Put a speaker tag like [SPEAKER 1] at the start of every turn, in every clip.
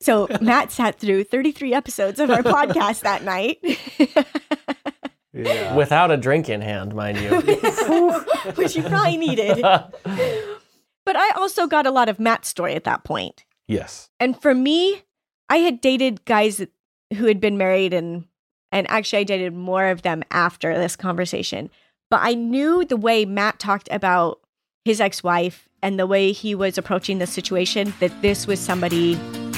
[SPEAKER 1] So Matt sat through 33 episodes of our podcast that night.
[SPEAKER 2] Yeah.
[SPEAKER 3] Without a drink in hand, mind you.
[SPEAKER 1] which you probably needed. But I also got a lot of Matt's story at that point.
[SPEAKER 2] yes.
[SPEAKER 1] And for me, I had dated guys who had been married and and actually I dated more of them after this conversation. But I knew the way Matt talked about his ex-wife and the way he was approaching the situation that this was somebody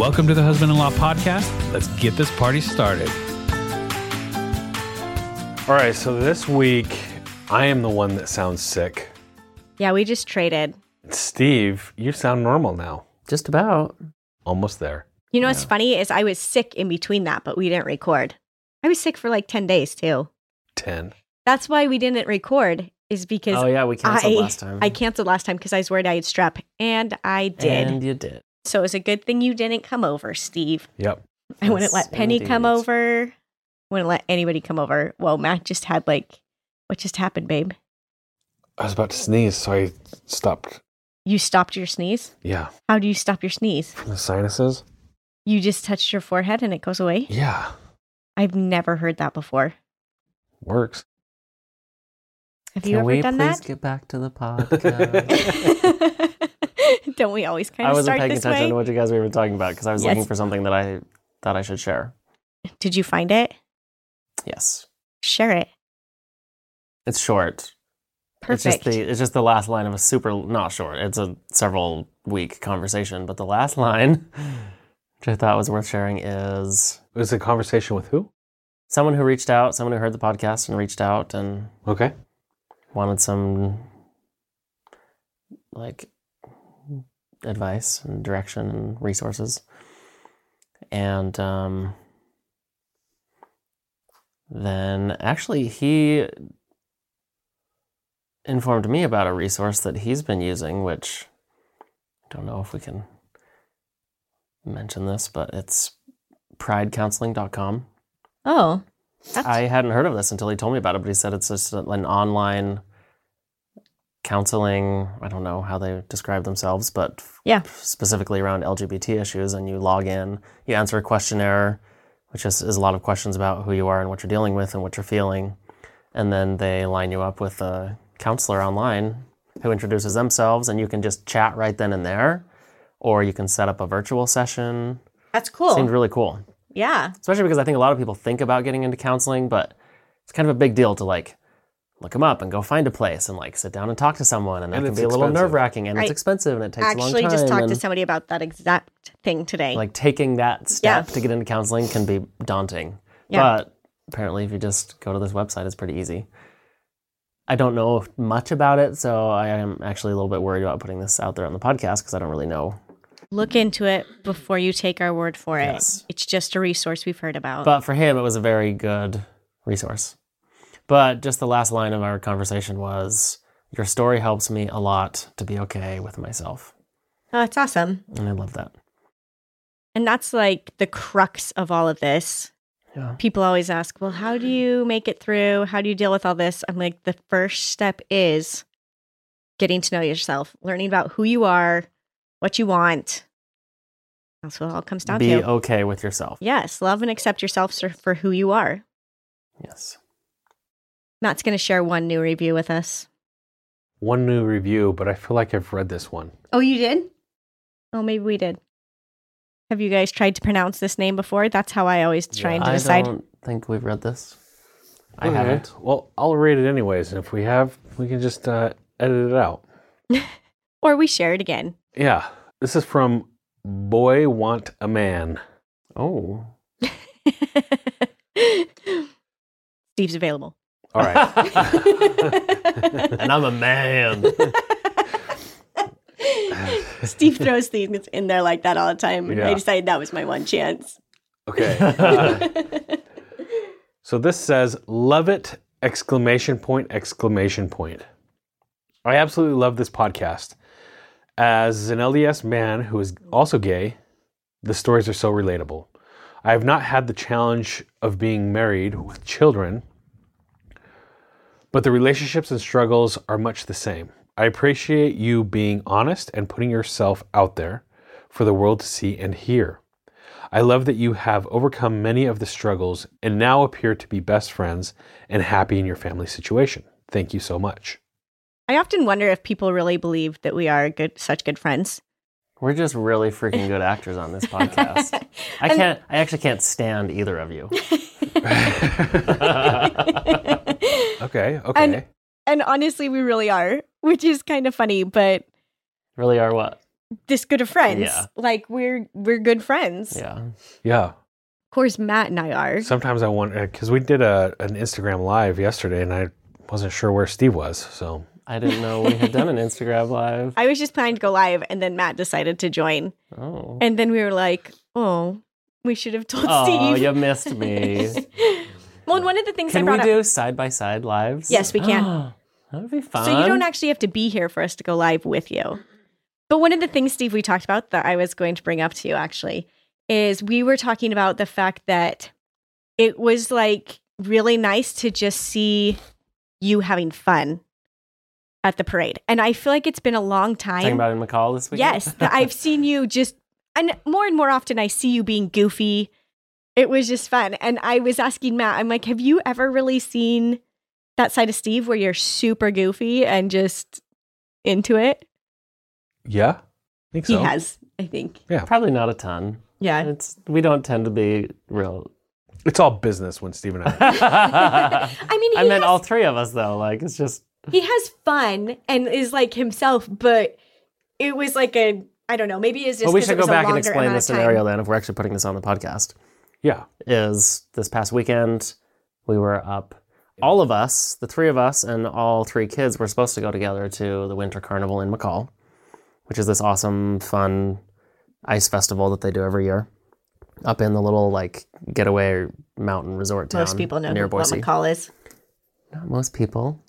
[SPEAKER 4] Welcome to the Husband in Law Podcast. Let's get this party started.
[SPEAKER 2] All right. So this week, I am the one that sounds sick.
[SPEAKER 1] Yeah, we just traded.
[SPEAKER 2] Steve, you sound normal now.
[SPEAKER 3] Just about.
[SPEAKER 2] Almost there.
[SPEAKER 1] You know what's funny is I was sick in between that, but we didn't record. I was sick for like 10 days too.
[SPEAKER 2] 10.
[SPEAKER 1] That's why we didn't record is because
[SPEAKER 3] Oh yeah, we
[SPEAKER 1] I
[SPEAKER 3] canceled last time.
[SPEAKER 1] I canceled last time because I was worried I had strep, and I did.
[SPEAKER 3] And you did.
[SPEAKER 1] so it was a good thing you didn't come over, Steve.
[SPEAKER 2] Yep.
[SPEAKER 1] I wouldn't
[SPEAKER 3] Yes,
[SPEAKER 1] let Penny come
[SPEAKER 3] indeed.
[SPEAKER 1] over. Wouldn't let anybody come over. Well, Matt just had like, what just happened, babe?
[SPEAKER 2] I was about to sneeze, so I stopped.
[SPEAKER 1] You stopped your sneeze.
[SPEAKER 2] Yeah.
[SPEAKER 1] How do you stop your sneeze?
[SPEAKER 2] From the sinuses?
[SPEAKER 1] You just touched your forehead and it goes away.
[SPEAKER 2] Yeah.
[SPEAKER 1] I've never heard that before.
[SPEAKER 2] Works.
[SPEAKER 1] Have
[SPEAKER 3] Can
[SPEAKER 1] you ever
[SPEAKER 3] we
[SPEAKER 1] done
[SPEAKER 3] please
[SPEAKER 1] that?
[SPEAKER 3] get back to the podcast?
[SPEAKER 1] Don't we always kind
[SPEAKER 3] I
[SPEAKER 1] of
[SPEAKER 3] wasn't
[SPEAKER 1] start
[SPEAKER 3] paying
[SPEAKER 1] this
[SPEAKER 3] attention
[SPEAKER 1] way?
[SPEAKER 3] to what you guys were even talking about because I was
[SPEAKER 1] Yes.
[SPEAKER 3] looking for something that I thought I should share.
[SPEAKER 1] Did you find it?
[SPEAKER 3] Yes,
[SPEAKER 1] Share it.
[SPEAKER 3] it's short. It's just
[SPEAKER 1] Perfect.
[SPEAKER 3] the it's just the last line of a super not short. It's a several week conversation, but the last line, which I thought was worth sharing, is
[SPEAKER 2] It was a conversation with who?
[SPEAKER 3] someone who reached out, someone who heard the podcast and reached out and
[SPEAKER 2] Okay.
[SPEAKER 3] wanted some like advice and direction and resources and um, then actually he informed me about a resource that he's been using which i don't know if we can mention this but it's pridecounseling.com
[SPEAKER 1] oh, that's
[SPEAKER 3] I hadn't heard of this until he told me about it, but he said it's just an online counseling. I don't know how they describe themselves, but
[SPEAKER 1] Yeah.
[SPEAKER 3] specifically around LGBT issues. And you log in, you answer a questionnaire, which is, is a lot of questions about who you are and what you're dealing with and what you're feeling. And then they line you up with a counselor online who introduces themselves, and you can just chat right then and there, or you can set up a virtual session.
[SPEAKER 1] that's cool.
[SPEAKER 3] Seemed really cool
[SPEAKER 1] yeah.
[SPEAKER 3] especially because I think a lot of people think about getting into counseling, but it's kind of a big deal to like look them up and go find a place and like sit down and talk to someone, and that
[SPEAKER 2] And
[SPEAKER 3] can
[SPEAKER 2] it's
[SPEAKER 3] be a little
[SPEAKER 2] expensive.
[SPEAKER 3] nerve wracking and
[SPEAKER 1] I
[SPEAKER 3] it's expensive and it takes a long
[SPEAKER 1] actually
[SPEAKER 3] time.
[SPEAKER 1] just talked to
[SPEAKER 3] and,
[SPEAKER 1] somebody about that exact thing today.
[SPEAKER 3] Like taking that
[SPEAKER 1] Yeah.
[SPEAKER 3] step to get into counseling can be daunting,
[SPEAKER 1] Yeah.
[SPEAKER 3] but apparently if you just go to this website, it's pretty easy. I don't know much about it, so I am actually a little bit worried about putting this out there on the podcast because I don't really know
[SPEAKER 1] Look into it before you take our word for it.
[SPEAKER 3] Yes.
[SPEAKER 1] It's just a resource we've heard about.
[SPEAKER 3] Uh, But for him, it was a very good resource. But just the last line of our conversation was Your story helps me a lot to be okay with myself.
[SPEAKER 1] oh, it's awesome.
[SPEAKER 3] And I love that.
[SPEAKER 1] And that's like the crux of all of this.
[SPEAKER 3] Yeah.
[SPEAKER 1] People always ask, well, how do you make it through? How do you deal with all this? I'm like, the first step is getting to know yourself, learning about who you are, what you want. That's what it all comes down
[SPEAKER 3] be
[SPEAKER 1] to.
[SPEAKER 3] okay with yourself.
[SPEAKER 1] yes, love and accept yourself sor- for who you are.
[SPEAKER 3] Yes.
[SPEAKER 1] Matt's going to share one new review with us.
[SPEAKER 2] One new review, but I feel like I've read this one.
[SPEAKER 1] Oh, you did? Oh, maybe we did. Have you guys tried to pronounce this name before? That's how I always try
[SPEAKER 2] Yeah.
[SPEAKER 1] and
[SPEAKER 3] I
[SPEAKER 1] decide.
[SPEAKER 3] don't think we've read this. I
[SPEAKER 2] Okay.
[SPEAKER 3] haven't.
[SPEAKER 2] Well, I'll read it anyways. And if we have, we can just uh, edit it out.
[SPEAKER 1] Or we share it again.
[SPEAKER 2] Yeah. This is from Boy Want a Man.
[SPEAKER 3] Oh.
[SPEAKER 1] Steve's available.
[SPEAKER 2] All right.
[SPEAKER 3] And I'm a man.
[SPEAKER 1] Steve throws things in there like that all the time. and I
[SPEAKER 2] Yeah.
[SPEAKER 1] decided that was my one chance.
[SPEAKER 2] okay. Uh, So this says, love it, exclamation point, exclamation point. I absolutely love this podcast. As an LDS man who is also gay, the stories are so relatable. I have not had the challenge of being married with children, but the relationships and struggles are much the same. I appreciate you being honest and putting yourself out there for the world to see and hear. I love that you have overcome many of the struggles and now appear to be best friends and happy in your family situation. Thank you so much.
[SPEAKER 1] I often wonder if people really believe that we are good, such good friends.
[SPEAKER 3] We're just really freaking good actors on this podcast. I
[SPEAKER 1] And-
[SPEAKER 3] can't. I actually can't stand either of you.
[SPEAKER 2] Okay, okay.
[SPEAKER 1] And- and honestly, we really are, which is kind of funny, but
[SPEAKER 3] Really are what?
[SPEAKER 1] this good of friends.
[SPEAKER 3] Yeah.
[SPEAKER 1] Like we're we're good friends.
[SPEAKER 3] Yeah.
[SPEAKER 2] yeah.
[SPEAKER 1] Of course, Matt and I are.
[SPEAKER 2] Sometimes I want because we did a an Instagram live yesterday, and I wasn't sure where Steve was. So
[SPEAKER 3] I didn't know we had done an Instagram live.
[SPEAKER 1] I was just planning to go live, and then Matt decided to join,
[SPEAKER 3] Oh.
[SPEAKER 1] and then we were like, "Oh, we should have told
[SPEAKER 3] Oh,
[SPEAKER 1] Steve."
[SPEAKER 3] you missed me.
[SPEAKER 1] well, and one of the things
[SPEAKER 3] Can
[SPEAKER 1] I
[SPEAKER 3] we
[SPEAKER 1] brought up,
[SPEAKER 3] do side by side lives?
[SPEAKER 1] Yes, we can.
[SPEAKER 3] that would be fun.
[SPEAKER 1] so you don't actually have to be here for us to go live with you. But one of the things, Steve, we talked about that I was going to bring up to you actually is we were talking about the fact that it was like really nice to just see you having fun at the parade, and I feel like it's been a long time.
[SPEAKER 3] talking about in McCall this week.
[SPEAKER 1] Yes, that I've seen you just, and more and more often I see you being goofy. It was just fun. And I was asking Matt, I'm like, have you ever really seen that side of Steve where you're super goofy and just into it?
[SPEAKER 2] yeah, I think so.
[SPEAKER 1] He has, I think.
[SPEAKER 3] Probably not a ton.
[SPEAKER 1] Yeah.
[SPEAKER 3] It's we don't tend to be real.
[SPEAKER 2] It's all business when Steve and I.
[SPEAKER 3] I
[SPEAKER 1] I mean, he,
[SPEAKER 3] meant
[SPEAKER 1] has,
[SPEAKER 3] all three of us though. Like it's just
[SPEAKER 1] he has fun and is like himself, but it was like a, I don't know, maybe it's just
[SPEAKER 3] well, we
[SPEAKER 1] 'cause
[SPEAKER 3] should
[SPEAKER 1] it was
[SPEAKER 3] go
[SPEAKER 1] a
[SPEAKER 3] back and
[SPEAKER 1] longer
[SPEAKER 3] explain
[SPEAKER 1] amount
[SPEAKER 3] the
[SPEAKER 1] of time.
[SPEAKER 3] scenario then if we're actually putting this on the podcast.
[SPEAKER 2] Yeah,
[SPEAKER 3] Is this past weekend we were up all of us, the three of us and all three kids were supposed to go together to the winter carnival in McCall, which is this awesome, fun ice festival that they do every year. Up in the little like getaway mountain resort town
[SPEAKER 1] Most people know
[SPEAKER 3] near
[SPEAKER 1] who what
[SPEAKER 3] Boise.
[SPEAKER 1] McCall is.
[SPEAKER 3] Not most people.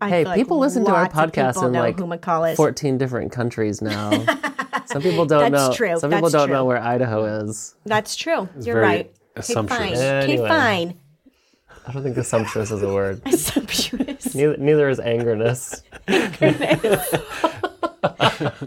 [SPEAKER 1] I
[SPEAKER 3] Hey,
[SPEAKER 1] feel
[SPEAKER 3] people listen to our
[SPEAKER 1] lots of
[SPEAKER 3] podcast
[SPEAKER 1] people
[SPEAKER 3] in,
[SPEAKER 1] know
[SPEAKER 3] like,
[SPEAKER 1] who McCall is.
[SPEAKER 3] 14 different countries now. some people don't
[SPEAKER 1] That's
[SPEAKER 3] know.
[SPEAKER 1] true.
[SPEAKER 3] Some people
[SPEAKER 1] That's
[SPEAKER 3] don't
[SPEAKER 1] true.
[SPEAKER 3] know where Idaho is.
[SPEAKER 1] That's true. You're
[SPEAKER 2] very
[SPEAKER 1] right.
[SPEAKER 2] assumptuous.
[SPEAKER 1] Okay, fine.
[SPEAKER 3] Anyway.
[SPEAKER 1] Okay, fine.
[SPEAKER 3] I don't think assumptuous is a word.
[SPEAKER 1] Assumptuous.
[SPEAKER 3] Neither, neither is angerness.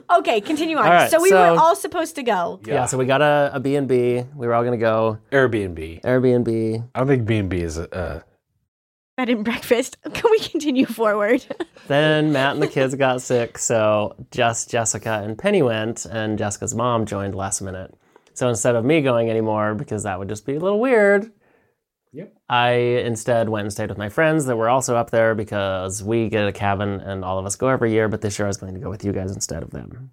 [SPEAKER 1] okay, continue on.
[SPEAKER 3] All right,
[SPEAKER 1] so we
[SPEAKER 3] so-
[SPEAKER 1] were all supposed to go.
[SPEAKER 3] Yeah. so we got a, a B&B. We were all going to go
[SPEAKER 2] Airbnb.
[SPEAKER 3] Airbnb.
[SPEAKER 2] I don't think B and B is uh, a.
[SPEAKER 1] Bed and breakfast. Can we continue forward?
[SPEAKER 3] Then Matt and the kids got sick, so just Jessica and Penny went, and Jessica's mom joined last minute. So instead of me going anymore, because that would just be a little weird,
[SPEAKER 2] Yep.
[SPEAKER 3] I instead went and stayed with my friends that were also up there because we get a cabin and all of us go every year, but this year I was going to go with you guys instead of them.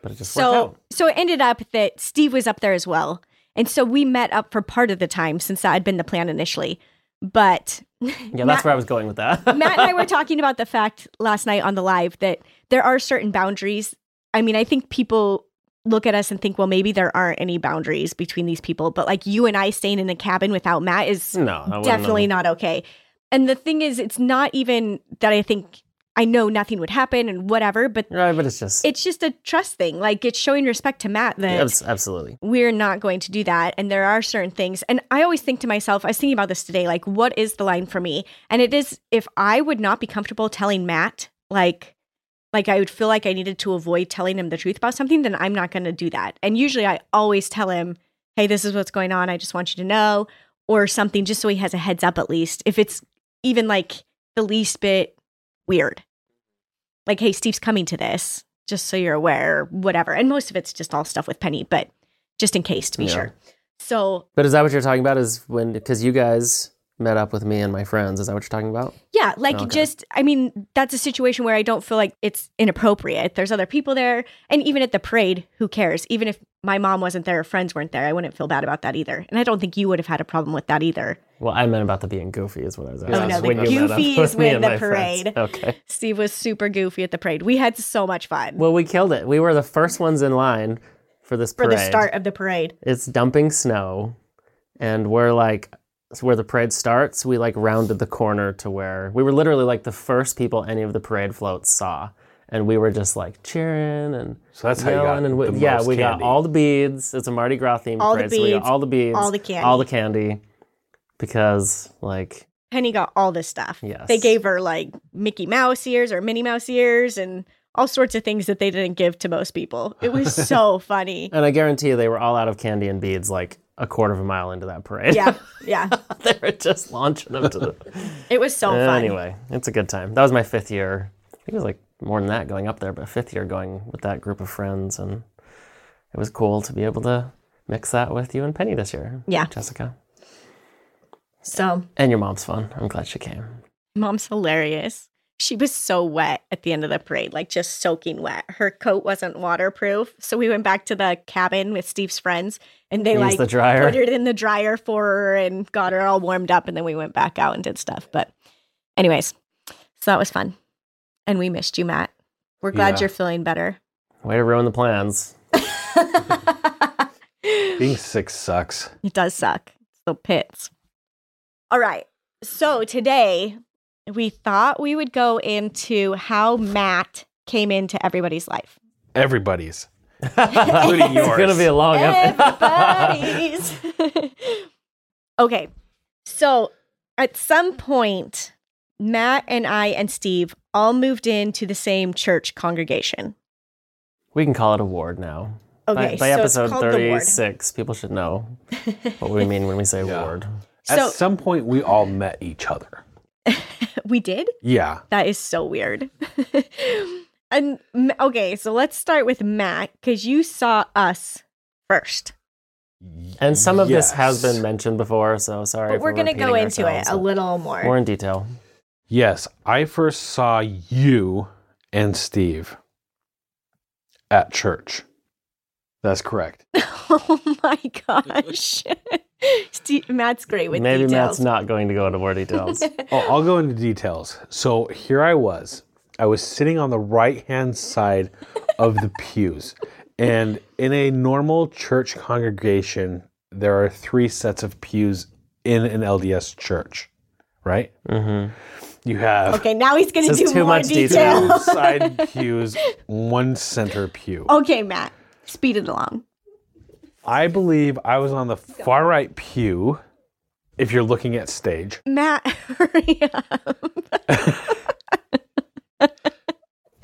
[SPEAKER 3] But it just worked
[SPEAKER 1] so
[SPEAKER 3] out.
[SPEAKER 1] so it ended up that Steve was up there as well. And so we met up for part of the time since that had been the plan initially. But
[SPEAKER 3] Yeah, that's where I was going with that.
[SPEAKER 1] Matt and I were talking about the fact last night on the live that there are certain boundaries. I mean, I think people look at us and think, well, maybe there aren't any boundaries between these people, but like you and I staying in a cabin without Matt is
[SPEAKER 3] no, I
[SPEAKER 1] definitely not okay. And the thing is, it's not even that I think I know nothing would happen and whatever, but
[SPEAKER 3] Right, but it's just
[SPEAKER 1] it's just a trust thing. Like it's showing respect to Matt that
[SPEAKER 3] abs- absolutely.
[SPEAKER 1] we're not going to do that. And there are certain things. And I always think to myself, I was thinking about this today, like, what is the line for me? And it is if I would not be comfortable telling Matt, like, like I would feel like I needed to avoid telling him the truth about something, then I'm not going to do that. And usually I always tell him, hey, this is what's going on. I just want you to know, or something, just so he has a heads up at least. If it's even like the least bit weird, like, hey, Steve's coming to this, just so you're aware, or whatever. And most of it's just all stuff with Penny, but just in case to be
[SPEAKER 3] Yeah.
[SPEAKER 1] sure. So,
[SPEAKER 3] But is that what you're talking about? Is when because you guys met up with me and my friends? Is that what you're talking about?
[SPEAKER 1] yeah, like
[SPEAKER 3] Okay.
[SPEAKER 1] just, I mean, that's a situation where I don't feel like it's inappropriate. There's other people there. And even at the parade, who cares? Even if my mom wasn't there or friends weren't there, I wouldn't feel bad about that either. And I don't think you would have had a problem with that either.
[SPEAKER 3] Well, I meant about the being goofy is what I was asking.
[SPEAKER 1] Oh, no, the
[SPEAKER 3] When you met up
[SPEAKER 1] goofy
[SPEAKER 3] with
[SPEAKER 1] is
[SPEAKER 3] me
[SPEAKER 1] when
[SPEAKER 3] and
[SPEAKER 1] the
[SPEAKER 3] my friends.
[SPEAKER 1] parade.
[SPEAKER 3] Okay.
[SPEAKER 1] Steve was super goofy at the parade. We had so much fun
[SPEAKER 3] Well, we killed it. We were the first ones in line for this
[SPEAKER 1] for
[SPEAKER 3] parade.
[SPEAKER 1] the start of the parade.
[SPEAKER 3] It's dumping snow, and we're like where the parade starts, we like rounded the corner to where we were literally like the first people any of the parade floats saw, and we were just like cheering and
[SPEAKER 2] So that's how you
[SPEAKER 3] yelling
[SPEAKER 2] got
[SPEAKER 3] and we-
[SPEAKER 2] the
[SPEAKER 3] yeah,
[SPEAKER 2] most
[SPEAKER 3] we
[SPEAKER 2] candy.
[SPEAKER 3] got all the beads. It's a Mardi Gras themed
[SPEAKER 1] All the
[SPEAKER 3] parade, so we got
[SPEAKER 1] beads,
[SPEAKER 3] all the beads,
[SPEAKER 1] all the candy.
[SPEAKER 3] all the candy, because like
[SPEAKER 1] Penny got all this stuff.
[SPEAKER 3] Yes.
[SPEAKER 1] They gave her like Mickey Mouse ears or Minnie Mouse ears and all sorts of things that they didn't give to most people. It was so funny.
[SPEAKER 3] And I guarantee you, they were all out of candy and beads like a quarter of a mile into that parade.
[SPEAKER 1] Yeah. Yeah.
[SPEAKER 3] they were just launching them to the.
[SPEAKER 1] It was so fun.
[SPEAKER 3] anyway, it's a good time. That was my fifth year. I think it was like more than that going up there, but fifth year going with that group of friends, and it was cool to be able to mix that with you and Penny this year.
[SPEAKER 1] Yeah.
[SPEAKER 3] Jessica
[SPEAKER 1] So
[SPEAKER 3] and your mom's fun. I'm glad she came.
[SPEAKER 1] mom's hilarious. She was so wet at the end of the parade, like just soaking wet. Her coat wasn't waterproof. So we went back to the cabin with Steve's friends and they
[SPEAKER 3] Use
[SPEAKER 1] like
[SPEAKER 3] the dryer.
[SPEAKER 1] put it in the dryer for her and got her all warmed up. And then we went back out and did stuff. But, anyways, so that was fun. And we missed you, Matt. We're glad
[SPEAKER 2] Yeah.
[SPEAKER 1] you're feeling better.
[SPEAKER 3] Way to ruin the plans.
[SPEAKER 1] it
[SPEAKER 2] Being sick sucks.
[SPEAKER 1] does suck. So pits. All right. So today we thought we would go into how Matt came into everybody's life.
[SPEAKER 2] Everybody's.
[SPEAKER 3] Including
[SPEAKER 2] yours.
[SPEAKER 3] It's gonna be a long episode.
[SPEAKER 1] Everybody's. okay. So at some point, Matt and I and Steve all moved into the same church congregation.
[SPEAKER 3] we can call it a ward now. By-
[SPEAKER 1] Okay.
[SPEAKER 3] by
[SPEAKER 1] so
[SPEAKER 3] episode
[SPEAKER 1] it's called the ward.
[SPEAKER 3] 36, people should know what we mean when we say
[SPEAKER 2] Yeah.
[SPEAKER 3] ward.
[SPEAKER 1] So-
[SPEAKER 2] At some point, we all met each other.
[SPEAKER 1] We did?
[SPEAKER 2] Yeah.
[SPEAKER 1] That is so weird. and m- okay, so let's start with Matt because you saw us first,
[SPEAKER 3] And some of this has
[SPEAKER 2] Yes.
[SPEAKER 3] been mentioned before, so sorry.
[SPEAKER 1] but
[SPEAKER 3] if
[SPEAKER 1] we're gonna go
[SPEAKER 3] repeating
[SPEAKER 1] into it
[SPEAKER 3] ourselves.
[SPEAKER 1] a little more.
[SPEAKER 3] more in detail.
[SPEAKER 2] Yes, I first saw you and Steve at church. That's correct.
[SPEAKER 1] oh my gosh, Steve, Matt's great with
[SPEAKER 3] Maybe
[SPEAKER 1] details.
[SPEAKER 3] Matt's not going to go into more details.
[SPEAKER 2] Oh, I'll go into details. So here I was. I was sitting on the right hand side of the pews. And in a normal church congregation, there are three sets of pews in an LDS church, right?
[SPEAKER 3] hmm
[SPEAKER 2] You have
[SPEAKER 1] okay, now he's gonna
[SPEAKER 3] This
[SPEAKER 1] do
[SPEAKER 3] is too
[SPEAKER 1] more
[SPEAKER 3] much
[SPEAKER 1] detail.
[SPEAKER 3] detail.
[SPEAKER 2] two side pews, one center pew.
[SPEAKER 1] Okay, Matt, speed it along.
[SPEAKER 2] I believe I was on the far right pew, if you're looking at stage.
[SPEAKER 1] Matt, hurry up.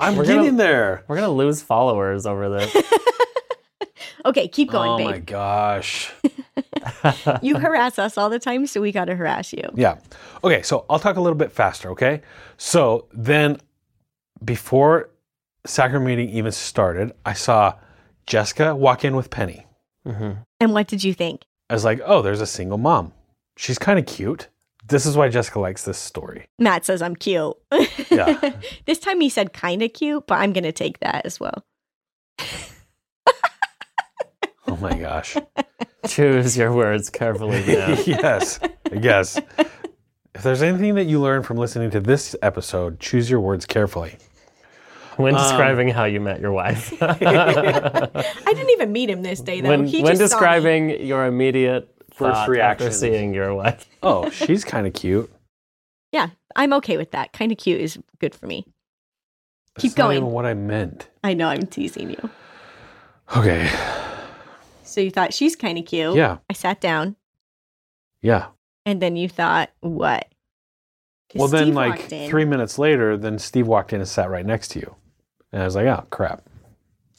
[SPEAKER 2] I'm
[SPEAKER 3] We're
[SPEAKER 2] getting
[SPEAKER 3] gonna-
[SPEAKER 2] there.
[SPEAKER 3] We're gonna lose followers over this.
[SPEAKER 1] Okay, keep going,
[SPEAKER 2] oh my
[SPEAKER 1] babe.
[SPEAKER 2] gosh.
[SPEAKER 1] You harass us all the time, so we gotta harass you.
[SPEAKER 2] yeah. Okay, so I'll talk a little bit faster, okay? So then before sacrament meeting even started, I saw Jessica walk in with Penny.
[SPEAKER 3] hmm
[SPEAKER 1] And what did you think?
[SPEAKER 2] I was like, oh, there's a single mom. She's kind of cute. This is why Jessica likes this story.
[SPEAKER 1] Matt says I'm cute.
[SPEAKER 2] Yeah.
[SPEAKER 1] this time he said kind of cute, but I'm going to take that as well.
[SPEAKER 2] Oh my gosh.
[SPEAKER 3] Choose your words carefully. Dan.
[SPEAKER 2] yes. Yes. If there's anything that you learn from listening to this episode, choose your words carefully.
[SPEAKER 3] when
[SPEAKER 2] Um,
[SPEAKER 3] describing how you met your wife,
[SPEAKER 1] I didn't even meet him this day, though.
[SPEAKER 3] when
[SPEAKER 1] he
[SPEAKER 3] when
[SPEAKER 1] just saw me.
[SPEAKER 3] describing your immediate
[SPEAKER 2] First
[SPEAKER 3] thought after
[SPEAKER 2] reactions.
[SPEAKER 3] seeing your wife,
[SPEAKER 2] Oh, she's kind of cute.
[SPEAKER 1] Yeah, I'm okay with that. Kind of cute is good for me.
[SPEAKER 2] That's
[SPEAKER 1] Keep
[SPEAKER 2] not
[SPEAKER 1] going.
[SPEAKER 2] even what I meant.
[SPEAKER 1] I know I'm teasing you.
[SPEAKER 2] Okay.
[SPEAKER 1] So you thought she's kind of cute.
[SPEAKER 2] Yeah.
[SPEAKER 1] I sat down,
[SPEAKER 2] Yeah.
[SPEAKER 1] and then you thought, what? 'Cause
[SPEAKER 2] Well, then,
[SPEAKER 1] Steve
[SPEAKER 2] like
[SPEAKER 1] walked in.
[SPEAKER 2] three minutes later, then Steve walked in and sat right next to you, and I was like, "Oh crap!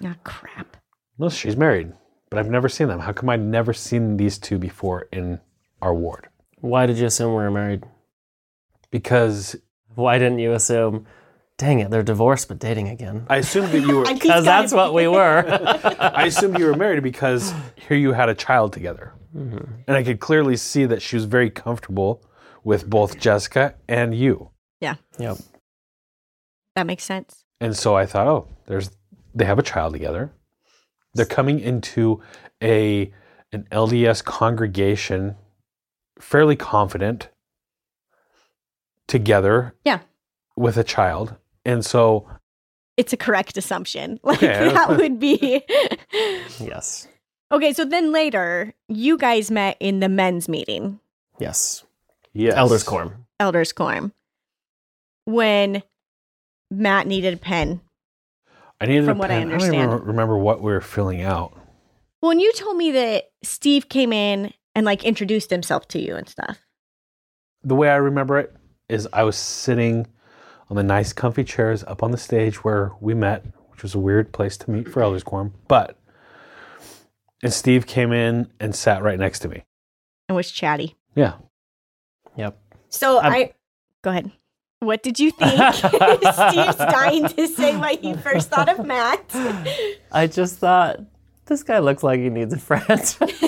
[SPEAKER 1] Ah, crap.
[SPEAKER 2] Well, she's married, but I've never seen them. How come I'd never seen these two before in our ward?
[SPEAKER 3] why did you assume we were married?
[SPEAKER 2] Because
[SPEAKER 3] Why didn't you assume? Dang it, they're divorced but dating again.
[SPEAKER 2] I assumed that you were.
[SPEAKER 1] And he's
[SPEAKER 3] Because
[SPEAKER 1] gotta
[SPEAKER 3] that's
[SPEAKER 1] be-
[SPEAKER 3] what we were.
[SPEAKER 2] I assumed you were married because here you had a child together,
[SPEAKER 3] Mm-hmm.
[SPEAKER 2] and I could clearly see that she was very comfortable with both Jessica and you.
[SPEAKER 3] yep.
[SPEAKER 1] That makes sense.
[SPEAKER 2] And so I thought, oh, there's they have a child together. They're coming into a an LDS congregation fairly confident together
[SPEAKER 1] Yeah.
[SPEAKER 2] with a child. And so
[SPEAKER 1] It's a correct assumption. Like,
[SPEAKER 2] Okay.
[SPEAKER 1] that would be.
[SPEAKER 3] Yes.
[SPEAKER 1] okay, so then later, you guys met in the men's meeting.
[SPEAKER 3] Yes.
[SPEAKER 2] Yes.
[SPEAKER 3] Elder's Quorum.
[SPEAKER 1] Elder's Quorum when Matt needed a pen.
[SPEAKER 2] I needed
[SPEAKER 1] From
[SPEAKER 2] a
[SPEAKER 1] what I
[SPEAKER 2] pen. don't even
[SPEAKER 1] understand.
[SPEAKER 2] re- remember what we were filling out.
[SPEAKER 1] Well, and you told me that Steve came in and like introduced himself to you and stuff.
[SPEAKER 2] The way I remember it is I was sitting on the nice comfy chairs up on the stage where we met, which was a weird place to meet for Elder's Quorum. But and Steve came in and sat right next to me.
[SPEAKER 1] and was chatty.
[SPEAKER 2] Yeah.
[SPEAKER 3] Yep.
[SPEAKER 1] So
[SPEAKER 3] I'm-
[SPEAKER 1] I go ahead. What did you think? Steve's dying to say what he first thought of Matt.
[SPEAKER 3] I just thought this guy looks like he needs a friend.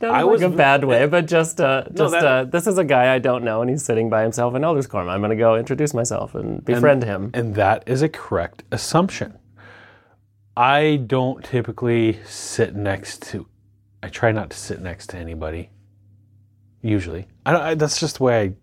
[SPEAKER 3] Not
[SPEAKER 2] I
[SPEAKER 3] in
[SPEAKER 2] was
[SPEAKER 3] like a bad way, but just uh, just
[SPEAKER 2] that-
[SPEAKER 3] uh, this is a guy I don't know, and he's sitting by himself in Elder's Quorum. I'm gonna go introduce myself and befriend him.
[SPEAKER 2] And that is a correct assumption. I don't typically sit next to, I try not to sit next to anybody. Usually, I don't. I, that's just the way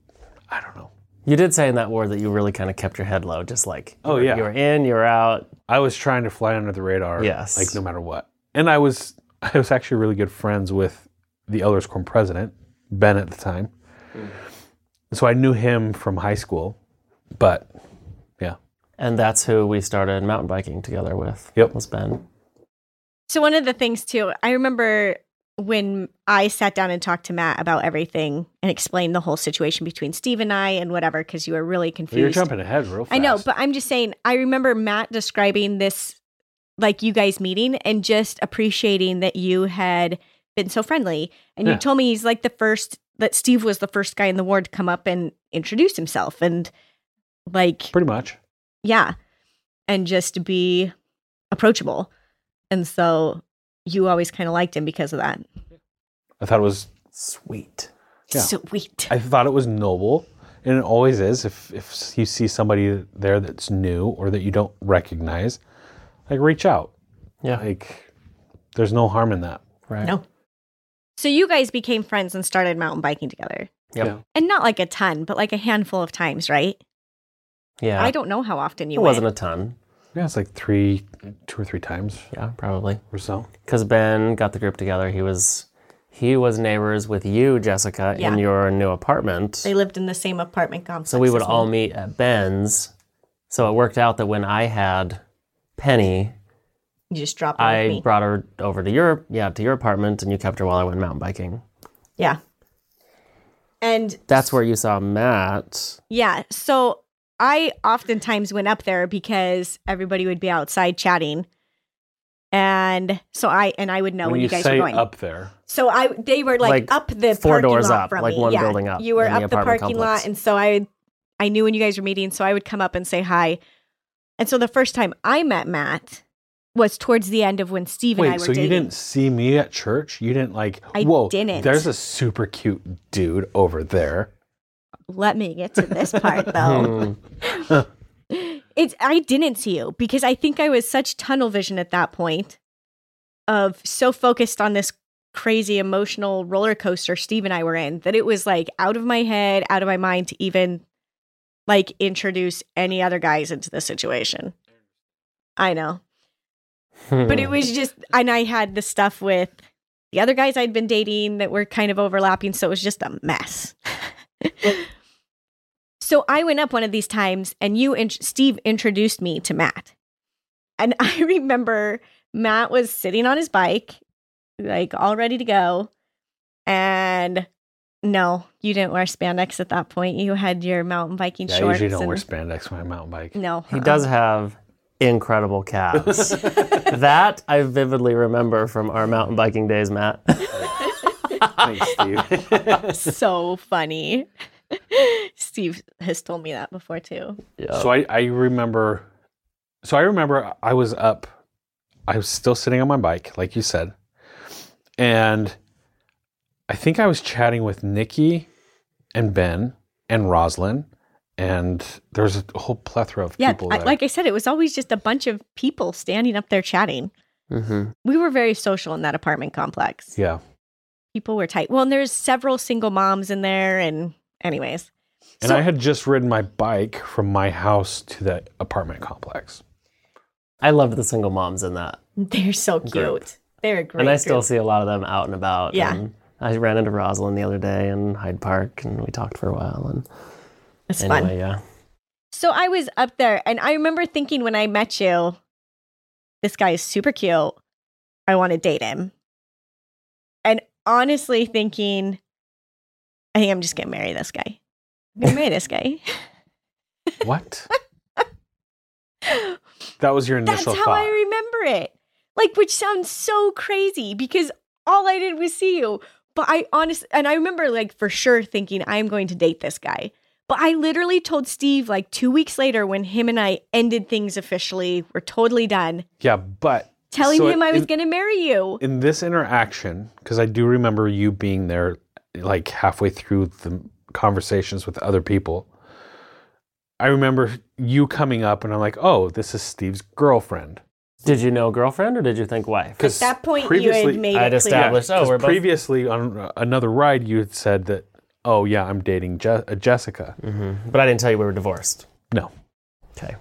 [SPEAKER 2] I. I don't know.
[SPEAKER 3] You did say in that war that you really kind of kept your head low, just like
[SPEAKER 2] Oh,
[SPEAKER 3] you were-
[SPEAKER 2] yeah.
[SPEAKER 3] you were in, you were out.
[SPEAKER 2] I was trying to fly under the radar.
[SPEAKER 3] Yes.
[SPEAKER 2] Like no matter what. And I was I was actually really good friends with the Elders Quorum president, Ben at the time. So I knew him from high school. But yeah.
[SPEAKER 3] And that's who we started mountain biking together with.
[SPEAKER 2] Yep.
[SPEAKER 3] was Ben.
[SPEAKER 1] So one of the things too, I remember when I sat down and talked to Matt about everything and explained the whole situation between Steve and I and whatever, because you were really confused.
[SPEAKER 2] You're jumping ahead real fast.
[SPEAKER 1] I know, but I'm just saying, I remember Matt describing this, like you guys meeting and just appreciating that you had been so friendly. And
[SPEAKER 2] Yeah.
[SPEAKER 1] you told me he's like the first, that Steve was the first guy in the ward to come up and introduce himself. And like,
[SPEAKER 2] pretty much.
[SPEAKER 1] yeah, and just be approachable. And so you always kind of liked him because of that.
[SPEAKER 2] I thought it was
[SPEAKER 3] Sweet.
[SPEAKER 2] Yeah.
[SPEAKER 1] Sweet.
[SPEAKER 2] I thought it was noble, and it always is. If if you see somebody there that's new or that you don't recognize, like reach out.
[SPEAKER 3] Yeah.
[SPEAKER 2] Like there's no harm in that.
[SPEAKER 3] Right.
[SPEAKER 1] No. So you guys became friends and started mountain biking together.
[SPEAKER 3] Yep.
[SPEAKER 2] Yeah.
[SPEAKER 1] And not like a ton, but like a handful of times, right?
[SPEAKER 3] Yeah.
[SPEAKER 1] I don't know how often you
[SPEAKER 3] it wasn't
[SPEAKER 1] went.
[SPEAKER 3] a ton.
[SPEAKER 2] Yeah, it's like three, two or three times
[SPEAKER 3] Yeah, probably.
[SPEAKER 2] or so.
[SPEAKER 3] because Ben got the group together. He was he was neighbors with you, Jessica,
[SPEAKER 1] Yeah.
[SPEAKER 3] in your new apartment.
[SPEAKER 1] They lived in the same apartment complex.
[SPEAKER 3] so we would
[SPEAKER 1] as
[SPEAKER 3] all
[SPEAKER 1] me.
[SPEAKER 3] meet at Ben's. So it worked out that when I had Penny,
[SPEAKER 1] you just drop in with
[SPEAKER 3] I
[SPEAKER 1] me.
[SPEAKER 3] brought her over to your yeah to your apartment, and you kept her while I went mountain biking.
[SPEAKER 1] yeah. And
[SPEAKER 3] That's where you saw Matt.
[SPEAKER 1] yeah, so I oftentimes went up there because everybody would be outside chatting. And so I and I would know when,
[SPEAKER 2] when you,
[SPEAKER 1] guys were
[SPEAKER 2] say
[SPEAKER 1] going.
[SPEAKER 2] up there,
[SPEAKER 1] So I they were like,
[SPEAKER 3] Like,
[SPEAKER 1] up the
[SPEAKER 3] four
[SPEAKER 1] parking
[SPEAKER 3] doors
[SPEAKER 1] lot
[SPEAKER 3] up,
[SPEAKER 1] from
[SPEAKER 3] like
[SPEAKER 1] me.
[SPEAKER 3] one
[SPEAKER 1] yeah.
[SPEAKER 3] building up
[SPEAKER 1] You were
[SPEAKER 3] in the
[SPEAKER 1] up the
[SPEAKER 3] apartment
[SPEAKER 1] parking
[SPEAKER 3] complex.
[SPEAKER 1] lot, and so I I knew when you guys were meeting, so I would come up and say hi. And so the first time I met Matt was towards the end of when Steve and I
[SPEAKER 2] wait.
[SPEAKER 1] were
[SPEAKER 2] So
[SPEAKER 1] dating.
[SPEAKER 2] you didn't see me at church? You didn't like?
[SPEAKER 1] I
[SPEAKER 2] whoa!
[SPEAKER 1] didn't.
[SPEAKER 2] There's a super cute dude over there.
[SPEAKER 1] Let me get to this part though.
[SPEAKER 3] Hmm.
[SPEAKER 1] It's I didn't see you because I think I was such tunnel vision at that point of so focused on this crazy emotional roller coaster Steve and I were in that it was like out of my head, out of my mind to even like introduce any other guys into the situation. I know.
[SPEAKER 3] Hmm.
[SPEAKER 1] But
[SPEAKER 2] Mm.
[SPEAKER 1] it was just and I had the stuff with the other guys I'd been dating that were kind of overlapping, so it was just a mess. So I went up one of these times, and you and Steve introduced me to Matt. And I remember Matt was sitting on his bike, like all ready to go. And no, you didn't wear spandex at that point. You had your mountain biking
[SPEAKER 2] Yeah, I
[SPEAKER 1] shorts.
[SPEAKER 2] usually don't
[SPEAKER 1] and-
[SPEAKER 2] wear spandex when I mountain bike.
[SPEAKER 1] No,
[SPEAKER 3] he
[SPEAKER 1] uh-uh.
[SPEAKER 3] does have incredible calves. that I vividly remember from our mountain biking days, Matt.
[SPEAKER 2] Thanks, Steve.
[SPEAKER 1] so funny. Steve has told me that before too.
[SPEAKER 3] Yeah.
[SPEAKER 2] So I, I remember, so I remember I was up, I was still sitting on my bike, like you said, and I think I was chatting with Nikki and Ben and Roslyn, and there was a whole plethora of
[SPEAKER 1] Yeah,
[SPEAKER 2] people.
[SPEAKER 1] I-
[SPEAKER 2] there.
[SPEAKER 1] like I said, it was always just a bunch of people standing up there chatting.
[SPEAKER 3] Mhm.
[SPEAKER 1] We were very social in that apartment complex.
[SPEAKER 2] yeah,
[SPEAKER 1] people were tight. Well, and there's several single moms in there, and anyways,
[SPEAKER 2] and I had just ridden my bike from my house to that apartment complex.
[SPEAKER 3] I loved the single moms in that.
[SPEAKER 1] they're so cute.
[SPEAKER 3] Group.
[SPEAKER 1] They're a great.
[SPEAKER 3] and I still
[SPEAKER 1] group.
[SPEAKER 3] see a lot of them out and about.
[SPEAKER 1] Yeah.
[SPEAKER 3] and I ran into Rosalind the other day in Hyde Park, and we talked for a while. And
[SPEAKER 1] It's
[SPEAKER 3] anyway,
[SPEAKER 1] fun.
[SPEAKER 3] yeah,
[SPEAKER 1] So I was up there and I remember thinking when I met you, this guy is super cute. I want to date him. And honestly thinking, I think I'm just going to marry this guy. I'm going to marry this guy.
[SPEAKER 2] What? that was your
[SPEAKER 1] That's
[SPEAKER 2] initial
[SPEAKER 1] how
[SPEAKER 2] thought.
[SPEAKER 1] I remember it. Like, which sounds so crazy because all I did was see you. But I honestly, and I remember like for sure thinking, I'm going to date this guy. But I literally told Steve like two weeks later when him and I ended things officially, we're totally done,
[SPEAKER 2] yeah, but
[SPEAKER 1] telling
[SPEAKER 2] So
[SPEAKER 1] him I was
[SPEAKER 2] in-
[SPEAKER 1] going to marry you.
[SPEAKER 2] in this interaction, because I do remember you being there like halfway through the conversations with other people, I remember you coming up and I'm like, oh, this is Steve's girlfriend.
[SPEAKER 3] did you know girlfriend or did you think wife?
[SPEAKER 1] At that point, you had made
[SPEAKER 3] I'd
[SPEAKER 1] it clear.
[SPEAKER 3] established- oh,
[SPEAKER 2] 'cause
[SPEAKER 3] we're both-
[SPEAKER 2] previously on uh, another ride, you had said that, oh, yeah, I'm dating Je- uh, Jessica.
[SPEAKER 3] Mm-hmm. But I didn't tell you we were divorced.
[SPEAKER 2] No.
[SPEAKER 3] Okay.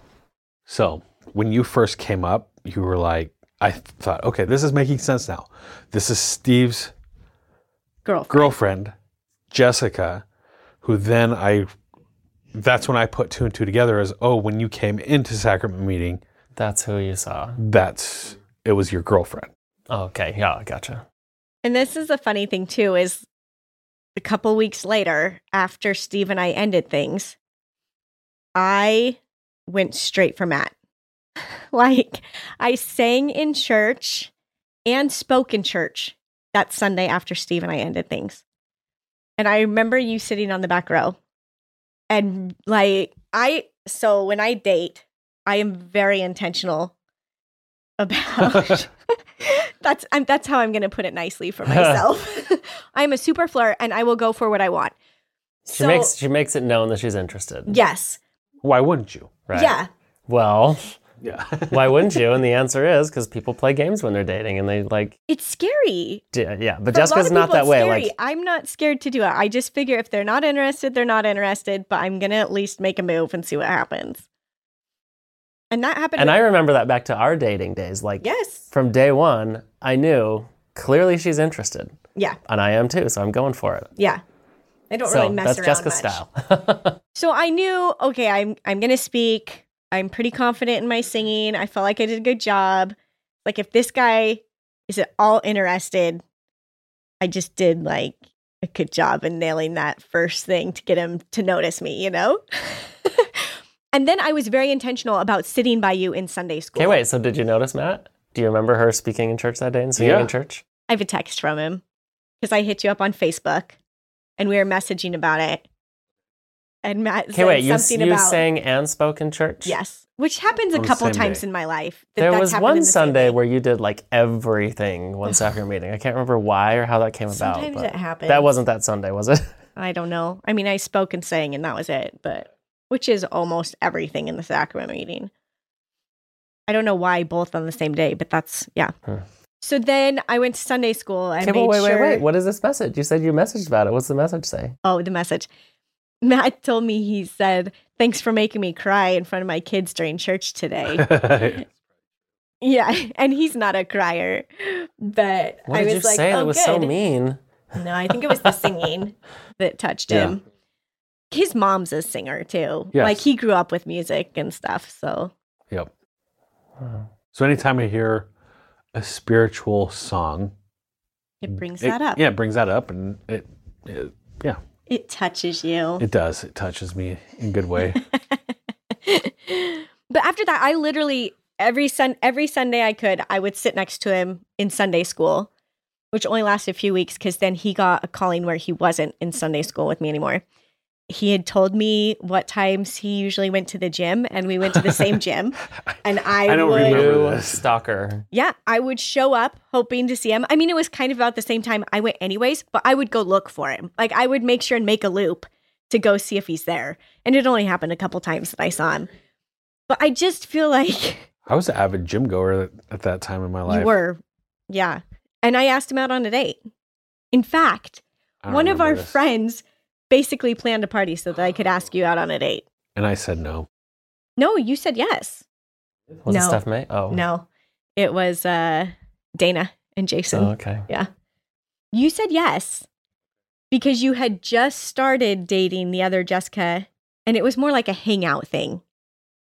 [SPEAKER 2] So when you first came up, you were like, I thought, okay, this is making sense now. This is Steve's
[SPEAKER 1] girlfriend.
[SPEAKER 2] girlfriend, Jessica, who then I, that's when I put two and two together as, oh, when you came into sacrament meeting,
[SPEAKER 3] That's who you saw.
[SPEAKER 2] that's, it was your girlfriend.
[SPEAKER 3] Okay. Yeah, gotcha.
[SPEAKER 1] And this is a funny thing too is a couple weeks later after Steve and I ended things, I went straight for Matt. like I sang in church and spoke in church that Sunday after Steve and I ended things. And I remember you sitting on the back row. And like I so when I date, I am very intentional about that's I'm, that's how I'm going to put it nicely for myself. I'm a super flirt, and I will go for what I want.
[SPEAKER 3] She makes she makes it known that she's interested.
[SPEAKER 1] yes,
[SPEAKER 2] Why wouldn't you?
[SPEAKER 3] Right.
[SPEAKER 1] yeah,
[SPEAKER 3] Well,
[SPEAKER 2] Yeah.
[SPEAKER 3] why wouldn't you? And the answer is because people play games when they're dating, and they like,
[SPEAKER 1] it's scary.
[SPEAKER 3] d- yeah. But
[SPEAKER 1] For a lot
[SPEAKER 3] Jessica's
[SPEAKER 1] of
[SPEAKER 3] not
[SPEAKER 1] people,
[SPEAKER 3] that
[SPEAKER 1] it's
[SPEAKER 3] way.
[SPEAKER 1] scary.
[SPEAKER 3] Like,
[SPEAKER 1] I'm not scared to do it. I just figure if they're not interested, they're not interested. But I'm gonna at least make a move and see what happens. And that happened.
[SPEAKER 3] and
[SPEAKER 1] with-
[SPEAKER 3] I remember that back to our dating days. Like,
[SPEAKER 1] yes,
[SPEAKER 3] from day one, I knew clearly she's interested,
[SPEAKER 1] yeah,
[SPEAKER 3] and I am too. So I'm going for it.
[SPEAKER 1] yeah. I don't
[SPEAKER 3] so
[SPEAKER 1] really mess
[SPEAKER 3] that's
[SPEAKER 1] around
[SPEAKER 3] Jessica's
[SPEAKER 1] much.
[SPEAKER 3] style.
[SPEAKER 1] So I knew, okay, I'm I'm gonna speak. I'm pretty confident in my singing. I felt like I did a good job. Like if this guy is at all interested, I just did like a good job in nailing that first thing to get him to notice me, you know? and then I was very intentional about sitting by you in Sunday school.
[SPEAKER 3] okay, wait. So did you notice Matt? Do you remember her speaking in church that day and singing
[SPEAKER 2] Yeah.
[SPEAKER 3] in church?
[SPEAKER 1] I have a text from him because I hit you up on Facebook and we were messaging about it. And Matt
[SPEAKER 3] Okay,
[SPEAKER 1] said
[SPEAKER 3] wait. You,
[SPEAKER 1] something
[SPEAKER 3] you
[SPEAKER 1] about
[SPEAKER 3] sang and spoke in church.
[SPEAKER 1] Yes, which happens a
[SPEAKER 2] On the
[SPEAKER 1] couple
[SPEAKER 2] same
[SPEAKER 1] times
[SPEAKER 2] day.
[SPEAKER 1] in my life. that
[SPEAKER 3] There
[SPEAKER 1] that's
[SPEAKER 3] was
[SPEAKER 1] happened in
[SPEAKER 3] one
[SPEAKER 1] the same
[SPEAKER 3] Sunday
[SPEAKER 1] day.
[SPEAKER 3] where you did like everything once after your meeting. I can't remember why or how that came about.
[SPEAKER 1] sometimes
[SPEAKER 3] but
[SPEAKER 1] it happens.
[SPEAKER 3] That wasn't that Sunday, was it?
[SPEAKER 1] I don't know. I mean, I spoke and sang, and that was it. But which is almost everything in the sacrament meeting. I don't know why both on the same day, but that's yeah.
[SPEAKER 3] Huh.
[SPEAKER 1] So then I went to Sunday school. I
[SPEAKER 3] Okay,
[SPEAKER 1] made
[SPEAKER 3] well, wait,
[SPEAKER 1] sure.
[SPEAKER 3] wait, wait. What is this message? You said you messaged about it. What's the message say?
[SPEAKER 1] Oh, the message. Matt told me he said, "Thanks for making me cry in front of my kids during church today." yeah, and he's not a crier, but
[SPEAKER 3] What
[SPEAKER 1] I
[SPEAKER 3] did
[SPEAKER 1] was
[SPEAKER 3] you
[SPEAKER 1] like,
[SPEAKER 3] say
[SPEAKER 1] "Oh,
[SPEAKER 3] that was
[SPEAKER 1] good."
[SPEAKER 3] so mean?
[SPEAKER 1] No, I think it was the singing that touched
[SPEAKER 2] Yeah.
[SPEAKER 1] him. His mom's a singer too.
[SPEAKER 2] Yes.
[SPEAKER 1] Like he grew up with music and stuff. So
[SPEAKER 2] yep. So anytime I hear a spiritual song,
[SPEAKER 1] it brings
[SPEAKER 2] Mm. it-
[SPEAKER 1] that up.
[SPEAKER 2] Yeah, it brings that up and it, it yeah,
[SPEAKER 1] It touches you.
[SPEAKER 2] it does. It touches me in a good way.
[SPEAKER 1] but after that, I literally every sun every Sunday I could, I would sit next to him in Sunday school, which only lasted a few weeks because then he got a calling where he wasn't in Sunday school with me anymore. He had told me what times he usually went to the gym, and we went to the same gym. And I,
[SPEAKER 2] I don't
[SPEAKER 1] would,
[SPEAKER 2] remember
[SPEAKER 3] Blue
[SPEAKER 2] this.
[SPEAKER 3] stalker.
[SPEAKER 1] Yeah, I would show up hoping to see him. I mean, it was kind of about the same time I went, anyways, but I would go look for him. Like, I would make sure and make a loop to go see if he's there. And it only happened a couple times that I saw him. But I just feel like
[SPEAKER 2] I was an avid gym goer at that time in my life.
[SPEAKER 1] you were. Yeah. And I asked him out on a date. In fact,
[SPEAKER 2] I don't
[SPEAKER 1] one of
[SPEAKER 2] remember
[SPEAKER 1] our
[SPEAKER 2] this.
[SPEAKER 1] friends basically planned a party so that I could ask you out on a date.
[SPEAKER 2] And I said no.
[SPEAKER 1] No, you said yes.
[SPEAKER 3] Was it
[SPEAKER 1] No.
[SPEAKER 3] Steph May? Oh.
[SPEAKER 1] No, it was uh, Dana and Jason.
[SPEAKER 3] Oh, okay.
[SPEAKER 1] You said yes. because you had just started dating the other Jessica and it was more like a hangout thing.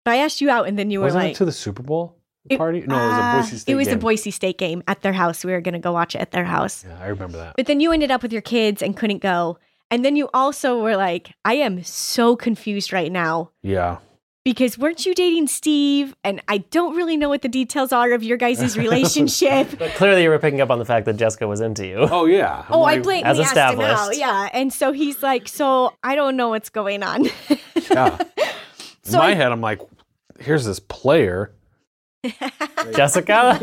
[SPEAKER 1] But I asked you out and then you were
[SPEAKER 2] Wasn't
[SPEAKER 1] like,
[SPEAKER 2] it to the Super Bowl
[SPEAKER 1] It-
[SPEAKER 2] party? No, it was a
[SPEAKER 1] "Ah."
[SPEAKER 2] Boise State.
[SPEAKER 1] It was
[SPEAKER 2] game.
[SPEAKER 1] the Boise State game at their house. We were going to go watch it at their house.
[SPEAKER 2] Yeah, I remember that.
[SPEAKER 1] But then you ended up with your kids and couldn't go. And then you also were like, I am so confused right now
[SPEAKER 2] Yeah.
[SPEAKER 1] because weren't you dating Steve? And I don't really know what the details are of your guys' relationship.
[SPEAKER 3] But clearly, you were picking up on the fact that Jessica was into you.
[SPEAKER 2] Oh yeah.
[SPEAKER 1] oh, I
[SPEAKER 2] Like,
[SPEAKER 1] blatantly
[SPEAKER 3] As
[SPEAKER 1] asked him out.
[SPEAKER 3] established.
[SPEAKER 1] Yeah. And so he's like, So I don't know what's going on.
[SPEAKER 2] Yeah.
[SPEAKER 1] So
[SPEAKER 2] In my
[SPEAKER 1] I-
[SPEAKER 2] head, I'm like, here's this player.
[SPEAKER 3] Jessica?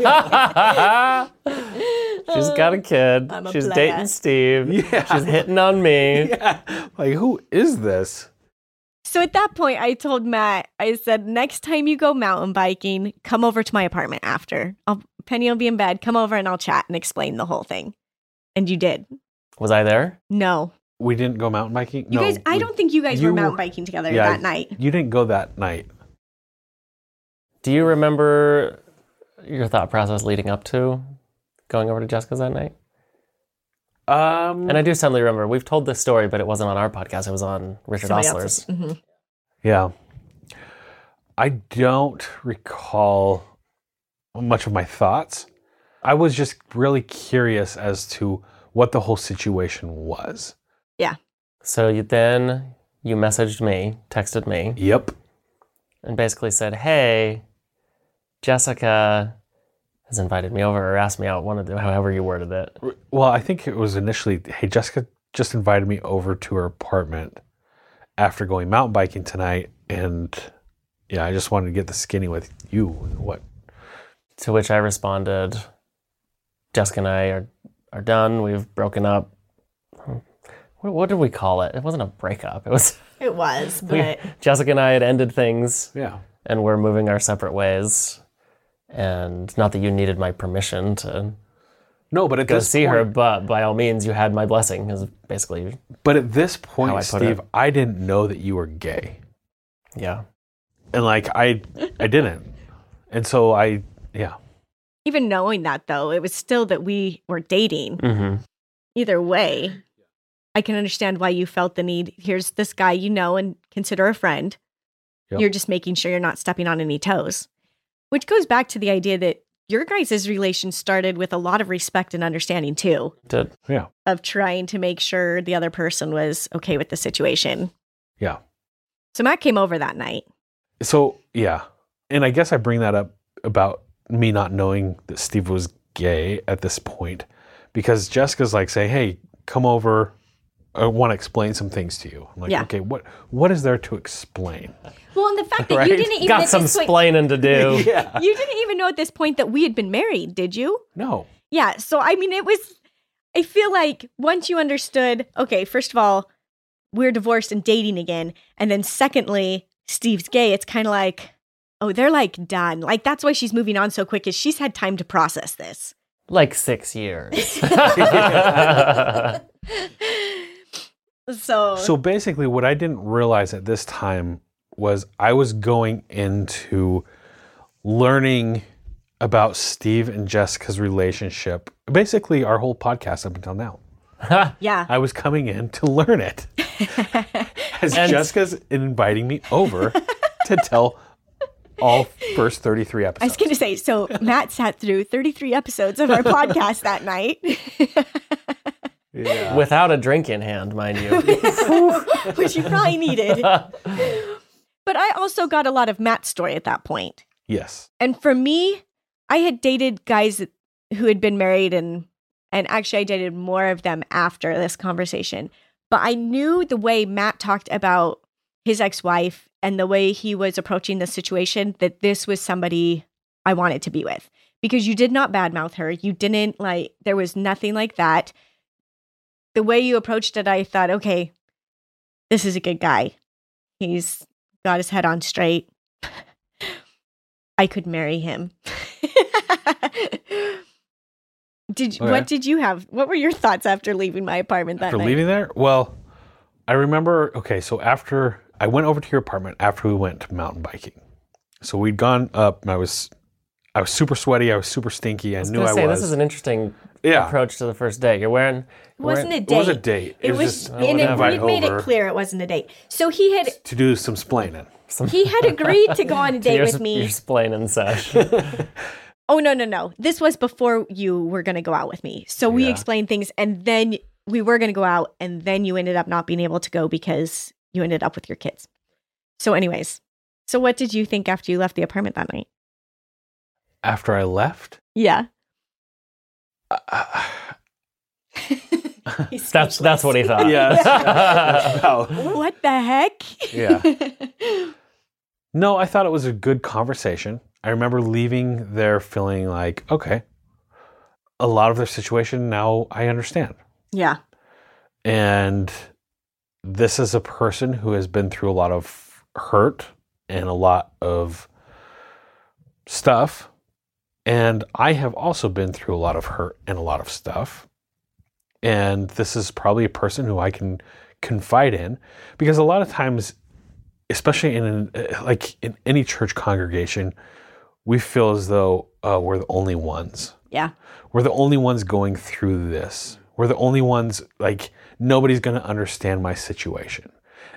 [SPEAKER 3] She's
[SPEAKER 1] Uh,
[SPEAKER 3] got a kid.
[SPEAKER 1] I'm a
[SPEAKER 3] She's
[SPEAKER 1] player.
[SPEAKER 3] dating Steve.
[SPEAKER 2] Yeah.
[SPEAKER 3] She's hitting on me.
[SPEAKER 2] Yeah. Like, who is this?
[SPEAKER 1] So at that point, I told Matt, I said, next time you go mountain biking, come over to my apartment after. I'll, Penny will be in bed. Come over and I'll chat and explain the whole thing. And you did.
[SPEAKER 3] Was I there?
[SPEAKER 1] No.
[SPEAKER 2] We didn't go mountain biking.
[SPEAKER 1] You
[SPEAKER 2] no,
[SPEAKER 1] guys, I
[SPEAKER 2] we-
[SPEAKER 1] don't think you guys
[SPEAKER 2] you
[SPEAKER 1] were
[SPEAKER 2] were-
[SPEAKER 1] mountain biking together
[SPEAKER 2] Yeah,
[SPEAKER 1] that night.
[SPEAKER 2] You didn't go that night.
[SPEAKER 3] Do you remember your thought process leading up to going over to Jessica's that night?
[SPEAKER 2] Um.
[SPEAKER 3] And I do suddenly remember we've told this story, but it wasn't on our podcast. It was on Richard
[SPEAKER 1] Somebody
[SPEAKER 3] Osler's.
[SPEAKER 1] else's. Mhm.
[SPEAKER 2] yeah. I don't recall much of my thoughts. I was just really curious as to what the whole situation was.
[SPEAKER 3] So you, then you messaged me, texted me,
[SPEAKER 2] Yep.
[SPEAKER 3] and basically said, "Hey, Jessica has invited me over or asked me out. One of the however you worded it.
[SPEAKER 2] Well, I think it was initially, hey, Jessica just invited me over to her apartment after going mountain biking tonight, and yeah, I just wanted to get the skinny with you. and What?
[SPEAKER 3] To which I responded, Jessica and I are, are done. We've broken up. What, what did we call it? It wasn't a breakup. It was
[SPEAKER 1] It was,
[SPEAKER 3] we-
[SPEAKER 1] but
[SPEAKER 3] Jessica and I had ended things
[SPEAKER 2] Yeah.
[SPEAKER 3] and we're moving our separate ways. And not that you needed my permission to
[SPEAKER 2] No, but at
[SPEAKER 3] go
[SPEAKER 2] this
[SPEAKER 3] see her,
[SPEAKER 2] point-
[SPEAKER 3] but by all means, you had my blessing. Is basically,
[SPEAKER 2] But at this
[SPEAKER 3] How I
[SPEAKER 2] point,
[SPEAKER 3] put
[SPEAKER 2] Steve, I didn't know that you were gay,
[SPEAKER 3] yeah.
[SPEAKER 2] and like I, I didn't, and so I, yeah,
[SPEAKER 1] even knowing that, though, it was still that we were dating.
[SPEAKER 3] Mm-hmm.
[SPEAKER 1] Either way, I can understand why you felt the need. Here's this guy you know and consider a friend.
[SPEAKER 2] Yep.
[SPEAKER 1] You're just making sure you're not stepping on any toes, which goes back to the idea that your guys' relation started with a lot of respect and understanding, too,
[SPEAKER 3] Did
[SPEAKER 2] yeah,
[SPEAKER 1] of trying to make sure the other person was okay with the situation.
[SPEAKER 2] yeah.
[SPEAKER 1] So Matt came over that night.
[SPEAKER 2] So yeah, and I guess I bring that up about me not knowing that Steve was gay at this point, because Jessica's like saying, "Hey, come over. I want to explain some things to you." I'm like,
[SPEAKER 1] Yeah.
[SPEAKER 2] "Okay, what what is there to explain?"
[SPEAKER 1] Well, and the fact that
[SPEAKER 2] Right?
[SPEAKER 1] you didn't even
[SPEAKER 3] got
[SPEAKER 1] at
[SPEAKER 3] some
[SPEAKER 1] this point,
[SPEAKER 3] splaining to do.
[SPEAKER 2] yeah.
[SPEAKER 1] you didn't even know at this point that we had been married, did you?
[SPEAKER 2] No.
[SPEAKER 1] Yeah. So, I mean, it was, I feel like once you understood, okay, first of all, we're divorced and dating again. And then secondly, Steve's gay. It's kind of like, oh, they're like done. Like, that's why she's moving on so quick is she's had time to process this.
[SPEAKER 3] like six years.
[SPEAKER 1] So,
[SPEAKER 2] So basically, what I didn't realize at this time was I was going into learning about Steve and Jessica's relationship, basically, our whole podcast up until now.
[SPEAKER 1] yeah.
[SPEAKER 2] I was coming in to learn it. As Jessica's inviting me over to tell all first 33
[SPEAKER 1] I
[SPEAKER 2] episodes.
[SPEAKER 1] was going to say, so Matt sat through 33 episodes of our podcast that night.
[SPEAKER 2] Yeah.
[SPEAKER 3] Without a drink in hand, mind you.
[SPEAKER 1] which you probably needed. but I also got a lot of Matt's story at that point.
[SPEAKER 2] Yes.
[SPEAKER 1] And for me, I had dated guys that- who had been married and and actually I dated more of them after this conversation. But I knew the way Matt talked about his ex-wife and the way he was approaching the situation that this was somebody I wanted to be with because you did not badmouth her. You didn't like there was nothing like that. The way you approached it, I thought, okay, this is a good guy. He's got his head on straight. I could marry him. did
[SPEAKER 2] Okay.
[SPEAKER 1] what did you have? What were your thoughts after leaving my apartment that
[SPEAKER 2] Oh, After
[SPEAKER 1] night?
[SPEAKER 2] leaving there? Well, I remember, okay, so after I went over to your apartment after we went mountain biking. So we'd gone up and I was I was super sweaty, I was super stinky, I,
[SPEAKER 3] I was
[SPEAKER 2] knew
[SPEAKER 3] gonna
[SPEAKER 2] I
[SPEAKER 3] say,
[SPEAKER 2] was.
[SPEAKER 3] This is an interesting
[SPEAKER 2] Yeah.
[SPEAKER 3] approach to the first date. You're wearing
[SPEAKER 1] It wasn't a
[SPEAKER 2] It
[SPEAKER 1] date.
[SPEAKER 2] was a date.
[SPEAKER 1] It was,
[SPEAKER 2] just
[SPEAKER 1] and it,
[SPEAKER 2] invite
[SPEAKER 1] we made
[SPEAKER 2] over
[SPEAKER 1] it clear it wasn't a date. So he had
[SPEAKER 2] uh, to do some splaining.
[SPEAKER 1] he had agreed to go on a date
[SPEAKER 3] you're,
[SPEAKER 1] with me.
[SPEAKER 3] you're splaining sesh.
[SPEAKER 1] Oh no, no, no. This was before you were gonna go out with me. So we
[SPEAKER 2] Yeah.
[SPEAKER 1] explained things and then we were gonna go out and then you ended up not being able to go because you ended up with your kids. So anyways, so what did you think after you left the apartment that night?
[SPEAKER 2] After I left,
[SPEAKER 1] Yeah.
[SPEAKER 2] uh,
[SPEAKER 3] that's that's what he thought.
[SPEAKER 2] Yeah. no.
[SPEAKER 1] What the heck?
[SPEAKER 2] Yeah. No, I thought it was a good conversation. I remember leaving there feeling like, okay, a lot of their situation now I understand.
[SPEAKER 1] yeah.
[SPEAKER 2] And this is a person who has been through a lot of hurt and a lot of stuff. And I have also been through a lot of hurt and a lot of stuff. And this is probably a person who I can confide in because a lot of times, especially in an, uh, like in any church congregation, we feel as though uh, we're the only ones
[SPEAKER 1] Yeah.
[SPEAKER 2] we're the only ones going through this. We're the only ones, like, nobody's going to understand my situation.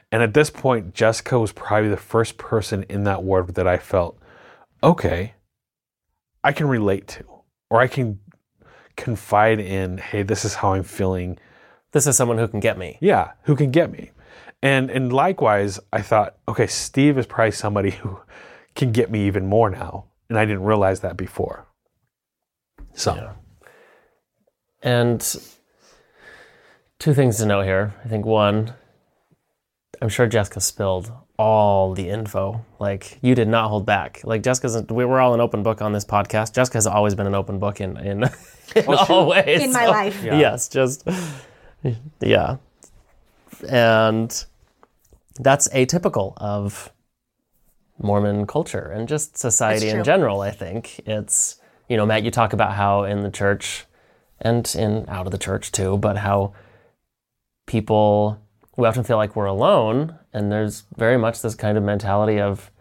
[SPEAKER 2] And at this point, Jessica was probably the first person in that ward that I felt, okay, I can relate to, or I can confide in, hey, this is how I'm feeling.
[SPEAKER 3] This is someone who can get me.
[SPEAKER 2] Yeah, who can get me? And and likewise, I thought, okay, Steve is probably somebody who can get me even more now, and I didn't realize that before. So,
[SPEAKER 3] And two things to note here. I think one, I'm sure Jessica spilled all the info. Like you did not hold back. Like Jessica's, we were all an open book on this podcast. Jessica has always been an open book in in, in all ways
[SPEAKER 1] Oh, In my
[SPEAKER 3] So,
[SPEAKER 1] life.
[SPEAKER 2] Yeah.
[SPEAKER 3] Yes, just yeah, and that's atypical of Mormon culture and just society
[SPEAKER 1] That's
[SPEAKER 3] in
[SPEAKER 1] true.
[SPEAKER 3] general. I think it's you know Matt, you talk about how in the church and in out of the church too, but how people we often feel like we're alone, and there's very much this kind of mentality of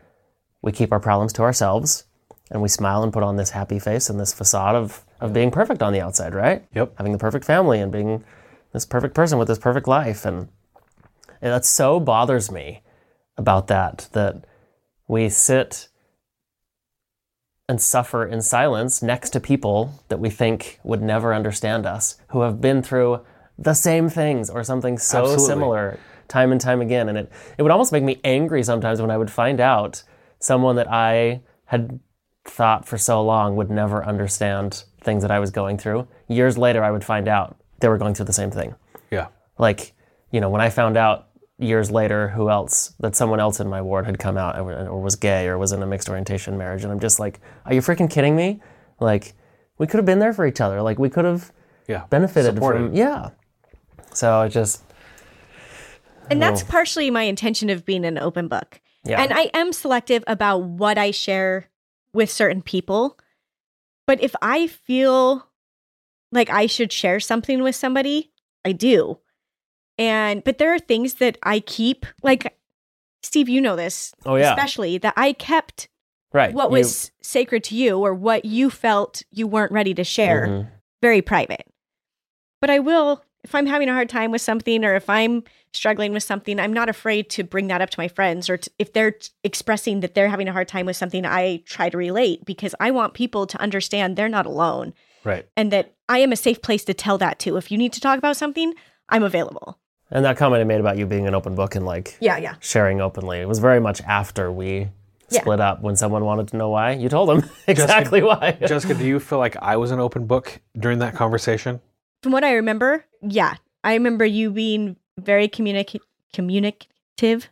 [SPEAKER 3] we keep our problems to ourselves and we smile and put on this happy face and this facade of of being perfect on the outside, right?
[SPEAKER 2] Yep.
[SPEAKER 3] Having the perfect family and being this perfect person with this perfect life and and that so bothers me about that that we sit and suffer in silence next to people that we think would never understand us who have been through the same things or something so
[SPEAKER 2] Absolutely.
[SPEAKER 3] similar time and time again and it, it would almost make me angry sometimes when i would find out someone that i had thought for so long would never understand things that i was going through years later i would find out they were going through the same thing
[SPEAKER 2] yeah.
[SPEAKER 3] like you know when i found out years later who else that someone else in my ward had come out or, or was gay or was in a mixed orientation marriage and i'm just like are you freaking kidding me like we could have been there for each other like we could have
[SPEAKER 2] Yeah.
[SPEAKER 3] benefited
[SPEAKER 2] Supported.
[SPEAKER 3] from yeah so it just
[SPEAKER 1] And that's partially my intention of being an open book.
[SPEAKER 3] Oh. Yeah.
[SPEAKER 1] And I am selective about what I share with certain people. But if I feel like I should share something with somebody, I do. And but there are things that I keep like Steve, you know this,
[SPEAKER 3] oh yeah
[SPEAKER 1] especially that I kept
[SPEAKER 3] right
[SPEAKER 1] what
[SPEAKER 3] You-
[SPEAKER 1] was sacred to you or what you felt you weren't ready to share
[SPEAKER 3] Mhm.
[SPEAKER 1] very private. But I will, if I'm having a hard time with something or if I'm struggling with something, I'm not afraid to bring that up to my friends or t if they're t- expressing that they're having a hard time with something, I try to relate because I want people to understand they're not alone
[SPEAKER 2] Right.
[SPEAKER 1] and that I am a safe place to tell that to. If you need to talk about something, I'm available.
[SPEAKER 3] and that comment i made about you being an open book and like
[SPEAKER 1] Yeah, yeah.
[SPEAKER 3] sharing openly it was very much after we
[SPEAKER 1] Yeah.
[SPEAKER 3] split up when someone wanted to know why you told them exactly why
[SPEAKER 2] Jessica, do you feel like I was an open book during that conversation?
[SPEAKER 1] From what I remember, yeah. I remember you being very communic- communicative.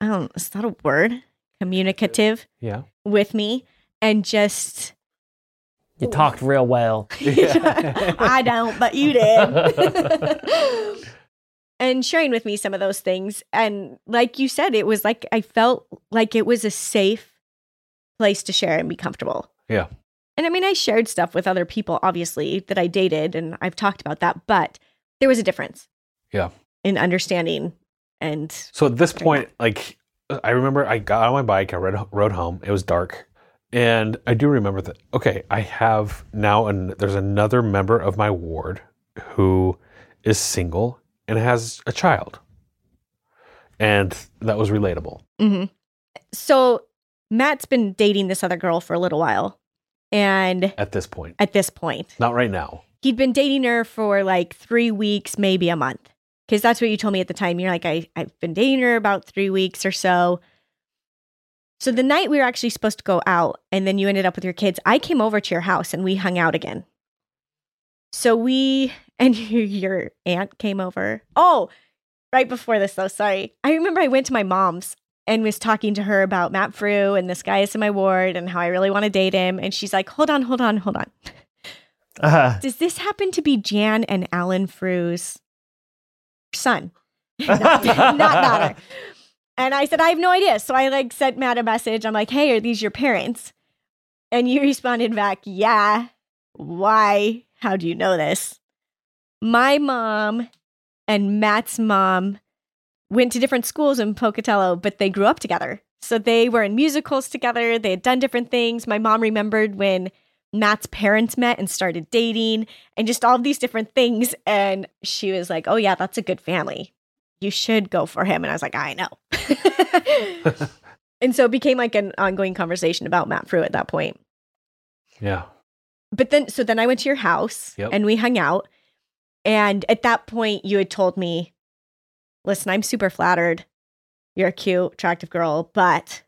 [SPEAKER 1] I don't, is that a word? Communicative.
[SPEAKER 2] Yeah.
[SPEAKER 1] with me and just
[SPEAKER 3] you talked real well
[SPEAKER 1] I don't, but you did. and sharing with me some of those things and like you said it was like I felt like it was a safe place to share and be comfortable.
[SPEAKER 2] Yeah.
[SPEAKER 1] And I mean I shared stuff with other people obviously that I dated and I've talked about that, but there was a difference.
[SPEAKER 2] Yeah.
[SPEAKER 1] In understanding and
[SPEAKER 2] So at this point, like, I remember I got on my bike, I rode, rode home. It was dark. And I do remember that. Okay, I have now, and there's another member of my ward who is single and has a child. And that was relatable.
[SPEAKER 1] hmm So Matt's been dating this other girl for a little while. And
[SPEAKER 2] at this point.
[SPEAKER 1] at this point,
[SPEAKER 2] Not right now.
[SPEAKER 1] he'd been dating her for like three weeks, maybe a month. Cause that's what you told me at the time. You're like, I, I've been dating her about three weeks or so. So the night we were actually supposed to go out, and then you ended up with your kids, I came over to your house and we hung out again. So we and your aunt came over. Oh, right before this though, sorry. I remember I went to my mom's and was talking to her about Matt Frew and this guy is in my ward and how I really want to date him. And she's like, hold on, hold on, hold on.
[SPEAKER 3] Uh,
[SPEAKER 1] Does this happen to be Jan and Alan Frew's son? not, not daughter. And I said, I have no idea. So I like sent Matt a message. I'm like, hey, are these your parents? And you responded back, yeah. Why? How do you know this? My mom and Matt's mom went to different schools in Pocatello, but they grew up together. So they were in musicals together. They had done different things. My mom remembered when Matt's parents met and started dating and just all of these different things. And she was like, oh, yeah, that's a good family you should go for him. And I was like, I know. and so it became like an ongoing conversation about Matt Frew at that point.
[SPEAKER 2] Yeah.
[SPEAKER 1] But then, so then I went to your house
[SPEAKER 2] Yep.
[SPEAKER 1] and we hung out. And at that point, you had told me, listen, I'm super flattered. You're a cute, attractive girl, but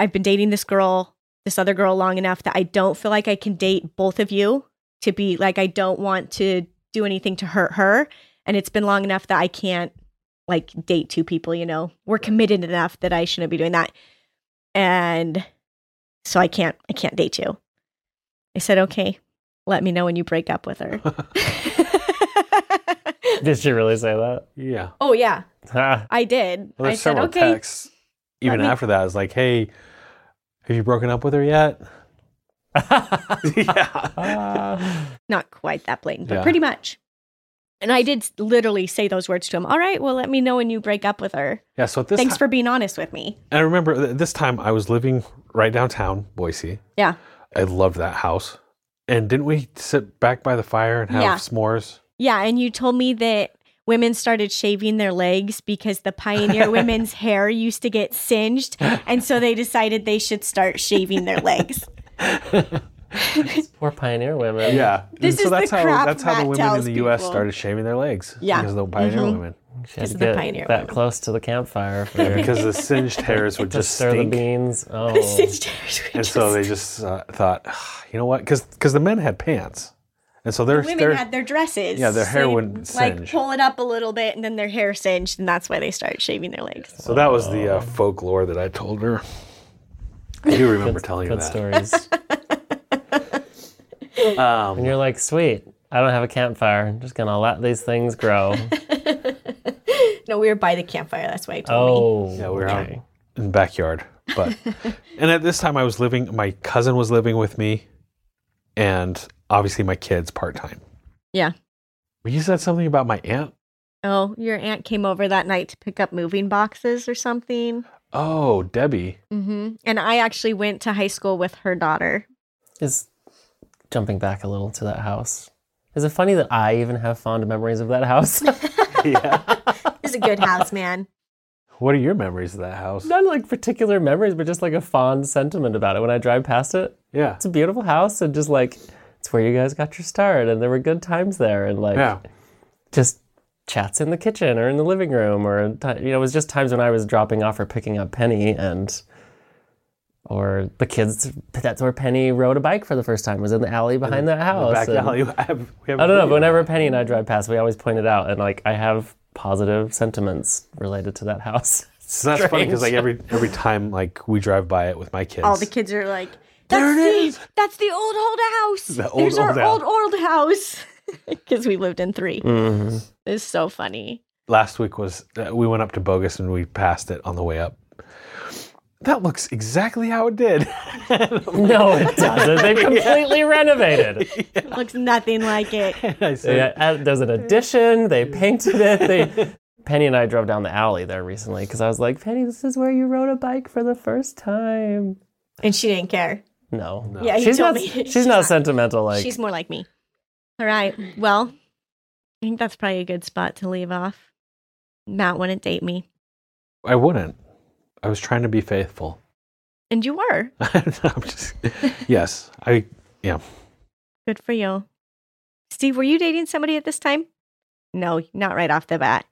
[SPEAKER 1] I've been dating this girl, this other girl long enough that I don't feel like I can date both of you to be like, I don't want to do anything to hurt her. And it's been long enough that I can't like date two people, you know, we're committed enough that I shouldn't be doing that. And so I can't, I can't date you. I said, okay, let me know when you break up with her.
[SPEAKER 3] did she really say that?
[SPEAKER 2] Yeah.
[SPEAKER 1] oh, yeah,
[SPEAKER 3] Ah,
[SPEAKER 1] I did.
[SPEAKER 2] Well,
[SPEAKER 1] I
[SPEAKER 2] there's
[SPEAKER 1] said,
[SPEAKER 2] several
[SPEAKER 1] okay.
[SPEAKER 2] texts even
[SPEAKER 1] me-
[SPEAKER 2] after that. It's like, hey, have you broken up with her yet? yeah.
[SPEAKER 1] Not quite that blatant, but
[SPEAKER 2] Yeah.
[SPEAKER 1] pretty much. And I did literally say those words to him. All right, well, let me know when you break up with her.
[SPEAKER 2] Yeah. So at this,
[SPEAKER 1] Thanks
[SPEAKER 2] ti-
[SPEAKER 1] for being honest with me.
[SPEAKER 2] and I remember th- this time I was living right downtown Boise.
[SPEAKER 1] Yeah.
[SPEAKER 2] I loved that house. And didn't we sit back by the fire and have
[SPEAKER 1] Yeah.
[SPEAKER 2] s'mores?
[SPEAKER 1] Yeah, and you told me that women started shaving their legs because the pioneer women's hair used to get singed, and so they decided they should start shaving their legs.
[SPEAKER 3] poor pioneer women.
[SPEAKER 2] Yeah.
[SPEAKER 1] This
[SPEAKER 2] and so
[SPEAKER 1] is the
[SPEAKER 2] that's how
[SPEAKER 1] crap
[SPEAKER 2] that's how
[SPEAKER 1] Matt
[SPEAKER 2] the women in
[SPEAKER 1] tells
[SPEAKER 2] the U.S.
[SPEAKER 1] people.
[SPEAKER 2] started shaving their legs.
[SPEAKER 1] Yeah.
[SPEAKER 2] Because of the pioneer
[SPEAKER 1] Mhm.
[SPEAKER 2] women.
[SPEAKER 3] She had
[SPEAKER 1] This
[SPEAKER 3] to
[SPEAKER 1] is the
[SPEAKER 3] get
[SPEAKER 1] pioneer
[SPEAKER 3] that
[SPEAKER 1] women.
[SPEAKER 3] close to the campfire for her
[SPEAKER 2] Because the singed hairs would
[SPEAKER 3] to
[SPEAKER 2] just
[SPEAKER 3] stir
[SPEAKER 2] stink.
[SPEAKER 3] the beans. Oh,
[SPEAKER 1] Singed hairs were
[SPEAKER 2] and
[SPEAKER 1] just-
[SPEAKER 2] so they just uh, thought, "Ah, you know what? Because the men had pants, and so their
[SPEAKER 1] women
[SPEAKER 2] their
[SPEAKER 1] had their dresses.
[SPEAKER 2] Yeah, their
[SPEAKER 1] so
[SPEAKER 2] hair
[SPEAKER 1] you'd,
[SPEAKER 2] wouldn't
[SPEAKER 1] like
[SPEAKER 2] singe.
[SPEAKER 1] pull it up a little bit, and then their hair singed, and that's why they started shaving their legs.
[SPEAKER 2] so that was the uh, folklore that I told her. I do remember telling her
[SPEAKER 3] good
[SPEAKER 2] that.
[SPEAKER 3] stories. and
[SPEAKER 2] Um,
[SPEAKER 3] you're like, sweet. I don't have a campfire. I'm just gonna let these things grow.
[SPEAKER 1] No, we were by the campfire. That's why you told me.
[SPEAKER 3] Oh,
[SPEAKER 2] yeah, we were out in the backyard, but and at this time I was living. My cousin was living with me, and obviously my kids part time.
[SPEAKER 1] Yeah.
[SPEAKER 2] You said something about my aunt.
[SPEAKER 1] Oh, your aunt came over that night to pick up moving boxes or something.
[SPEAKER 2] Oh, Debbie.
[SPEAKER 1] hmm And I actually went to high school with her daughter.
[SPEAKER 3] is jumping back a little to that house. Is it funny that I even have fond memories of that house?
[SPEAKER 2] yeah.
[SPEAKER 1] It's a good house, man.
[SPEAKER 2] What are your memories of that house?
[SPEAKER 3] Not like particular memories, but just like a fond sentiment about it. When I drive past it,
[SPEAKER 2] Yeah.
[SPEAKER 3] it's a beautiful house, and just like it's where you guys got your start, and there were good times there, and like
[SPEAKER 2] Yeah.
[SPEAKER 3] just chats in the kitchen or in the living room, or ti- you know, it was just times when I was dropping off or picking up Penny, and or the kids. That's where Penny rode a bike for the first time. Was in the alley behind that house.
[SPEAKER 2] Back
[SPEAKER 3] and-
[SPEAKER 2] alley. I, have, we have a
[SPEAKER 3] oh, I don't know.
[SPEAKER 2] video.
[SPEAKER 3] But whenever Penny and I drive past, we always point it out, and like I have positive sentiments related to that house.
[SPEAKER 2] So that's funny because like every
[SPEAKER 3] Strange.
[SPEAKER 2] every time like we drive by it with my kids,
[SPEAKER 1] All the kids are like,
[SPEAKER 2] There
[SPEAKER 1] that's
[SPEAKER 2] it
[SPEAKER 1] the,
[SPEAKER 2] is."
[SPEAKER 1] that's the old old house.
[SPEAKER 2] The old,
[SPEAKER 1] There's our
[SPEAKER 2] old house."
[SPEAKER 1] old old house. Because we lived in three.
[SPEAKER 2] Mm-hmm.
[SPEAKER 3] Mhm.
[SPEAKER 1] It's so funny.
[SPEAKER 2] last week was uh, we went up to Bogus and we passed it on the way up. That looks exactly how it did.
[SPEAKER 3] No, it doesn't. They completely renovated.
[SPEAKER 1] Looks nothing like it.
[SPEAKER 2] I said,
[SPEAKER 3] They, uh, there's an addition. They painted it. They. Penny and I drove down the alley there recently because I was like, Penny, this is where you rode a bike for the first time.
[SPEAKER 1] And she didn't care.
[SPEAKER 3] No.
[SPEAKER 2] No.
[SPEAKER 1] Yeah, he
[SPEAKER 3] she's
[SPEAKER 1] told
[SPEAKER 3] not.
[SPEAKER 1] me.
[SPEAKER 3] She's, not, sentimental. Like
[SPEAKER 1] She's more like me. All right. Well, I think that's probably a good spot to leave off. Matt wouldn't date me.
[SPEAKER 2] I wouldn't. I was trying to be faithful.
[SPEAKER 1] And you were.
[SPEAKER 2] I'm just- yes, I.
[SPEAKER 1] Good for you. Steve, were you dating somebody at this time? No, not right off the bat.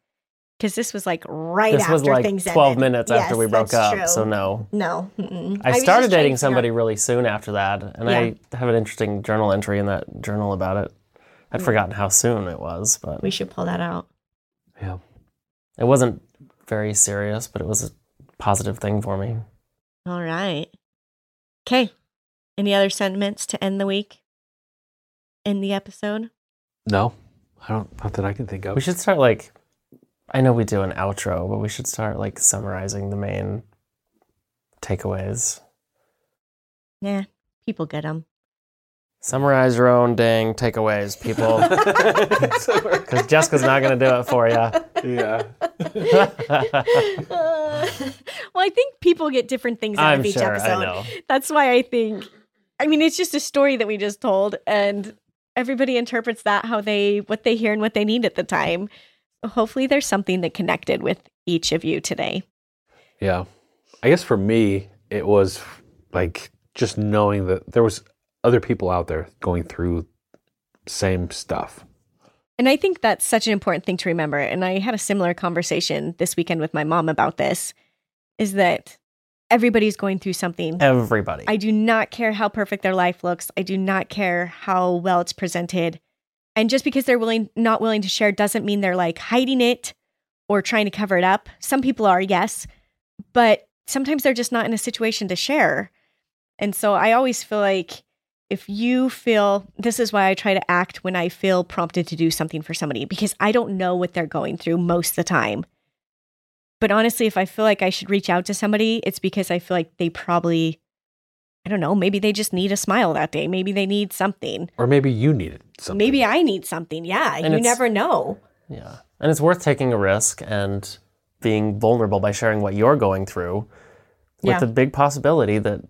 [SPEAKER 1] Because this was like right
[SPEAKER 3] this
[SPEAKER 1] after
[SPEAKER 3] was like
[SPEAKER 1] things
[SPEAKER 3] twelve
[SPEAKER 1] ended.
[SPEAKER 3] minutes after
[SPEAKER 1] Yes,
[SPEAKER 3] we broke
[SPEAKER 1] that's
[SPEAKER 3] up.
[SPEAKER 1] true.
[SPEAKER 3] So no.
[SPEAKER 1] No. mm-mm.
[SPEAKER 3] I,
[SPEAKER 1] was
[SPEAKER 3] started
[SPEAKER 1] just trying
[SPEAKER 3] dating
[SPEAKER 1] to
[SPEAKER 3] somebody really soon after that, and I have an interesting journal entry in that journal about it. I'd forgotten how soon it was, but
[SPEAKER 1] figure out- We should pull that out.
[SPEAKER 2] Yeah.
[SPEAKER 3] it wasn't very serious, but it was a positive thing for me.
[SPEAKER 1] All right. Okay. Any other sentiments to end the week? End the episode?
[SPEAKER 2] No, I don't. Not that I can think of.
[SPEAKER 3] We should start like I know we do an outro, but we should start like summarizing the main takeaways.
[SPEAKER 1] Nah, people get them.
[SPEAKER 3] Summarize your own dang takeaways, people, because Jessica's not going to do it for
[SPEAKER 2] yeah.
[SPEAKER 3] you.
[SPEAKER 1] well, I think people get different things out
[SPEAKER 3] I'm
[SPEAKER 1] of each
[SPEAKER 3] sure.
[SPEAKER 1] episode.
[SPEAKER 3] I know.
[SPEAKER 1] That's why I think, I mean, it's just a story that we just told, and everybody interprets that how they, what they hear and what they need at the time. Hopefully, there's something that connected with each of you today.
[SPEAKER 2] Yeah. I guess for me, it was like just knowing that there was other people out there going through same stuff.
[SPEAKER 1] And I think that's such an important thing to remember. And I had a similar conversation this weekend with my mom about this is that everybody's going through something.
[SPEAKER 3] Everybody.
[SPEAKER 1] I do not care how perfect their life looks. I do not care how well it's presented. And just because they're willing not willing to share doesn't mean they're like hiding it or trying to cover it up. Some people are, yes, but sometimes they're just not in a situation to share. And so I always feel like if you feel this is why I try to act when I feel prompted to do something for somebody because I don't know what they're going through most of the time. But honestly, if I feel like I should reach out to somebody, it's because I feel like they probably I don't know, maybe they just need a smile that day. Maybe they need something.
[SPEAKER 2] Or maybe you needed something.
[SPEAKER 1] Maybe I need something. Yeah, you
[SPEAKER 3] it's-
[SPEAKER 1] never know.
[SPEAKER 3] Yeah. And it's worth taking a risk and being vulnerable by sharing what you're going through with
[SPEAKER 1] Yeah.
[SPEAKER 3] the big possibility that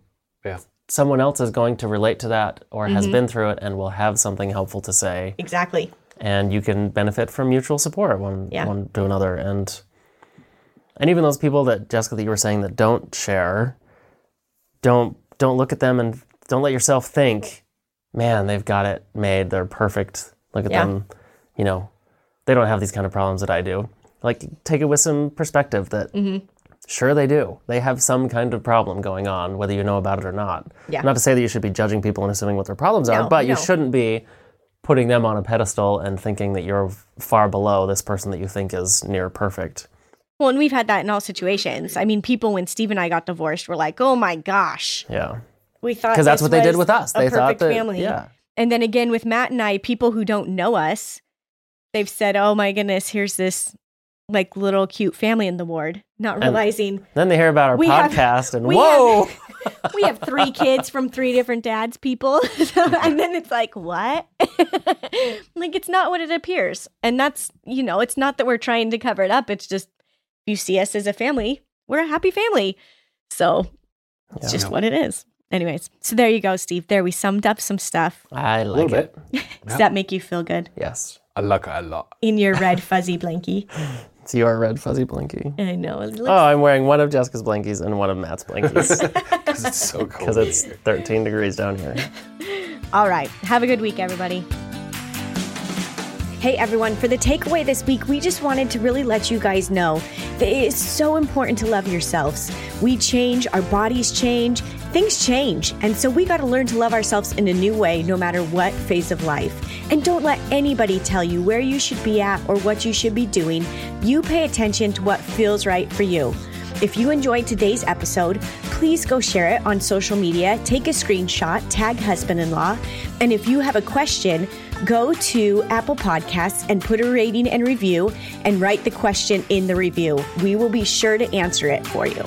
[SPEAKER 2] Yeah.
[SPEAKER 3] someone else is going to relate to that or has
[SPEAKER 1] Mhm.
[SPEAKER 3] been through it and will have something helpful to say.
[SPEAKER 1] Exactly.
[SPEAKER 3] And you can benefit from mutual support one,
[SPEAKER 1] Yeah.
[SPEAKER 3] one to another. And and even those people that Jessica that you were saying that don't share, don't don't look at them and don't let yourself think, man, they've got it made. They're perfect. Look at
[SPEAKER 1] Yeah.
[SPEAKER 3] them. You know, they don't have these kind of problems that I do. Like take it with some perspective that
[SPEAKER 1] Mm-hmm.
[SPEAKER 3] sure they do. They have some kind of problem going on, whether you know about it or not.
[SPEAKER 1] Yeah.
[SPEAKER 3] Not to say that you should be judging people and assuming what their problems
[SPEAKER 1] No,
[SPEAKER 3] are, but you
[SPEAKER 1] no.
[SPEAKER 3] shouldn't be putting them on a pedestal and thinking that you're far below this person that you think is near perfect.
[SPEAKER 1] Well, and we've had that in all situations. I mean, people when Steve and I got divorced were like, "Oh my gosh,
[SPEAKER 3] Yeah.
[SPEAKER 1] we thought."
[SPEAKER 3] Because that's
[SPEAKER 1] this
[SPEAKER 3] what they did
[SPEAKER 1] was
[SPEAKER 3] with us.
[SPEAKER 1] Uh, a
[SPEAKER 3] They thought
[SPEAKER 1] perfect
[SPEAKER 3] that
[SPEAKER 1] family.
[SPEAKER 3] yeah.
[SPEAKER 1] And then again with Matt and I, people who don't know us, they've said, "Oh my goodness, here's this like little cute family in the ward," not realizing
[SPEAKER 3] Then they hear about our
[SPEAKER 1] We have-
[SPEAKER 3] podcast and
[SPEAKER 1] we
[SPEAKER 3] whoa.
[SPEAKER 1] have- we have three kids from three different dads, people. and then it's like, what? like, it's not what it appears. And that's, you know, it's not that we're trying to cover it up. It's just, you see us as a family, we're a happy family. So it's
[SPEAKER 3] Yeah.
[SPEAKER 1] just what it is. Anyways, so there you go, Steve. There we summed up some stuff.
[SPEAKER 3] I
[SPEAKER 2] a little
[SPEAKER 3] like it.
[SPEAKER 2] bit.
[SPEAKER 1] Does that make you feel good
[SPEAKER 3] Yes.
[SPEAKER 2] I like it a lot.
[SPEAKER 1] in your red fuzzy blankie?
[SPEAKER 3] It's your red fuzzy blinky.
[SPEAKER 1] I know. It looks-
[SPEAKER 3] Oh, I'm wearing one of Jessica's blankies and one of Matt's blankies
[SPEAKER 2] Because it's so cool.
[SPEAKER 3] because it's 13 degrees down here.
[SPEAKER 1] All right. Have a good week, everybody.
[SPEAKER 5] Hey everyone, for the takeaway this week, we just wanted to really let you guys know that it is so important to love yourselves. We change, our bodies change, things change, and so we got to learn to love ourselves in a new way no matter what phase of life. And don't let anybody tell you where you should be at or what you should be doing. You pay attention to what feels right for you. If you enjoyed today's episode, please go share it on social media, take a screenshot, tag husband in law, and if you have a question, go to Apple Podcasts and put a rating and review and write the question in the review. We will be sure to answer it for you.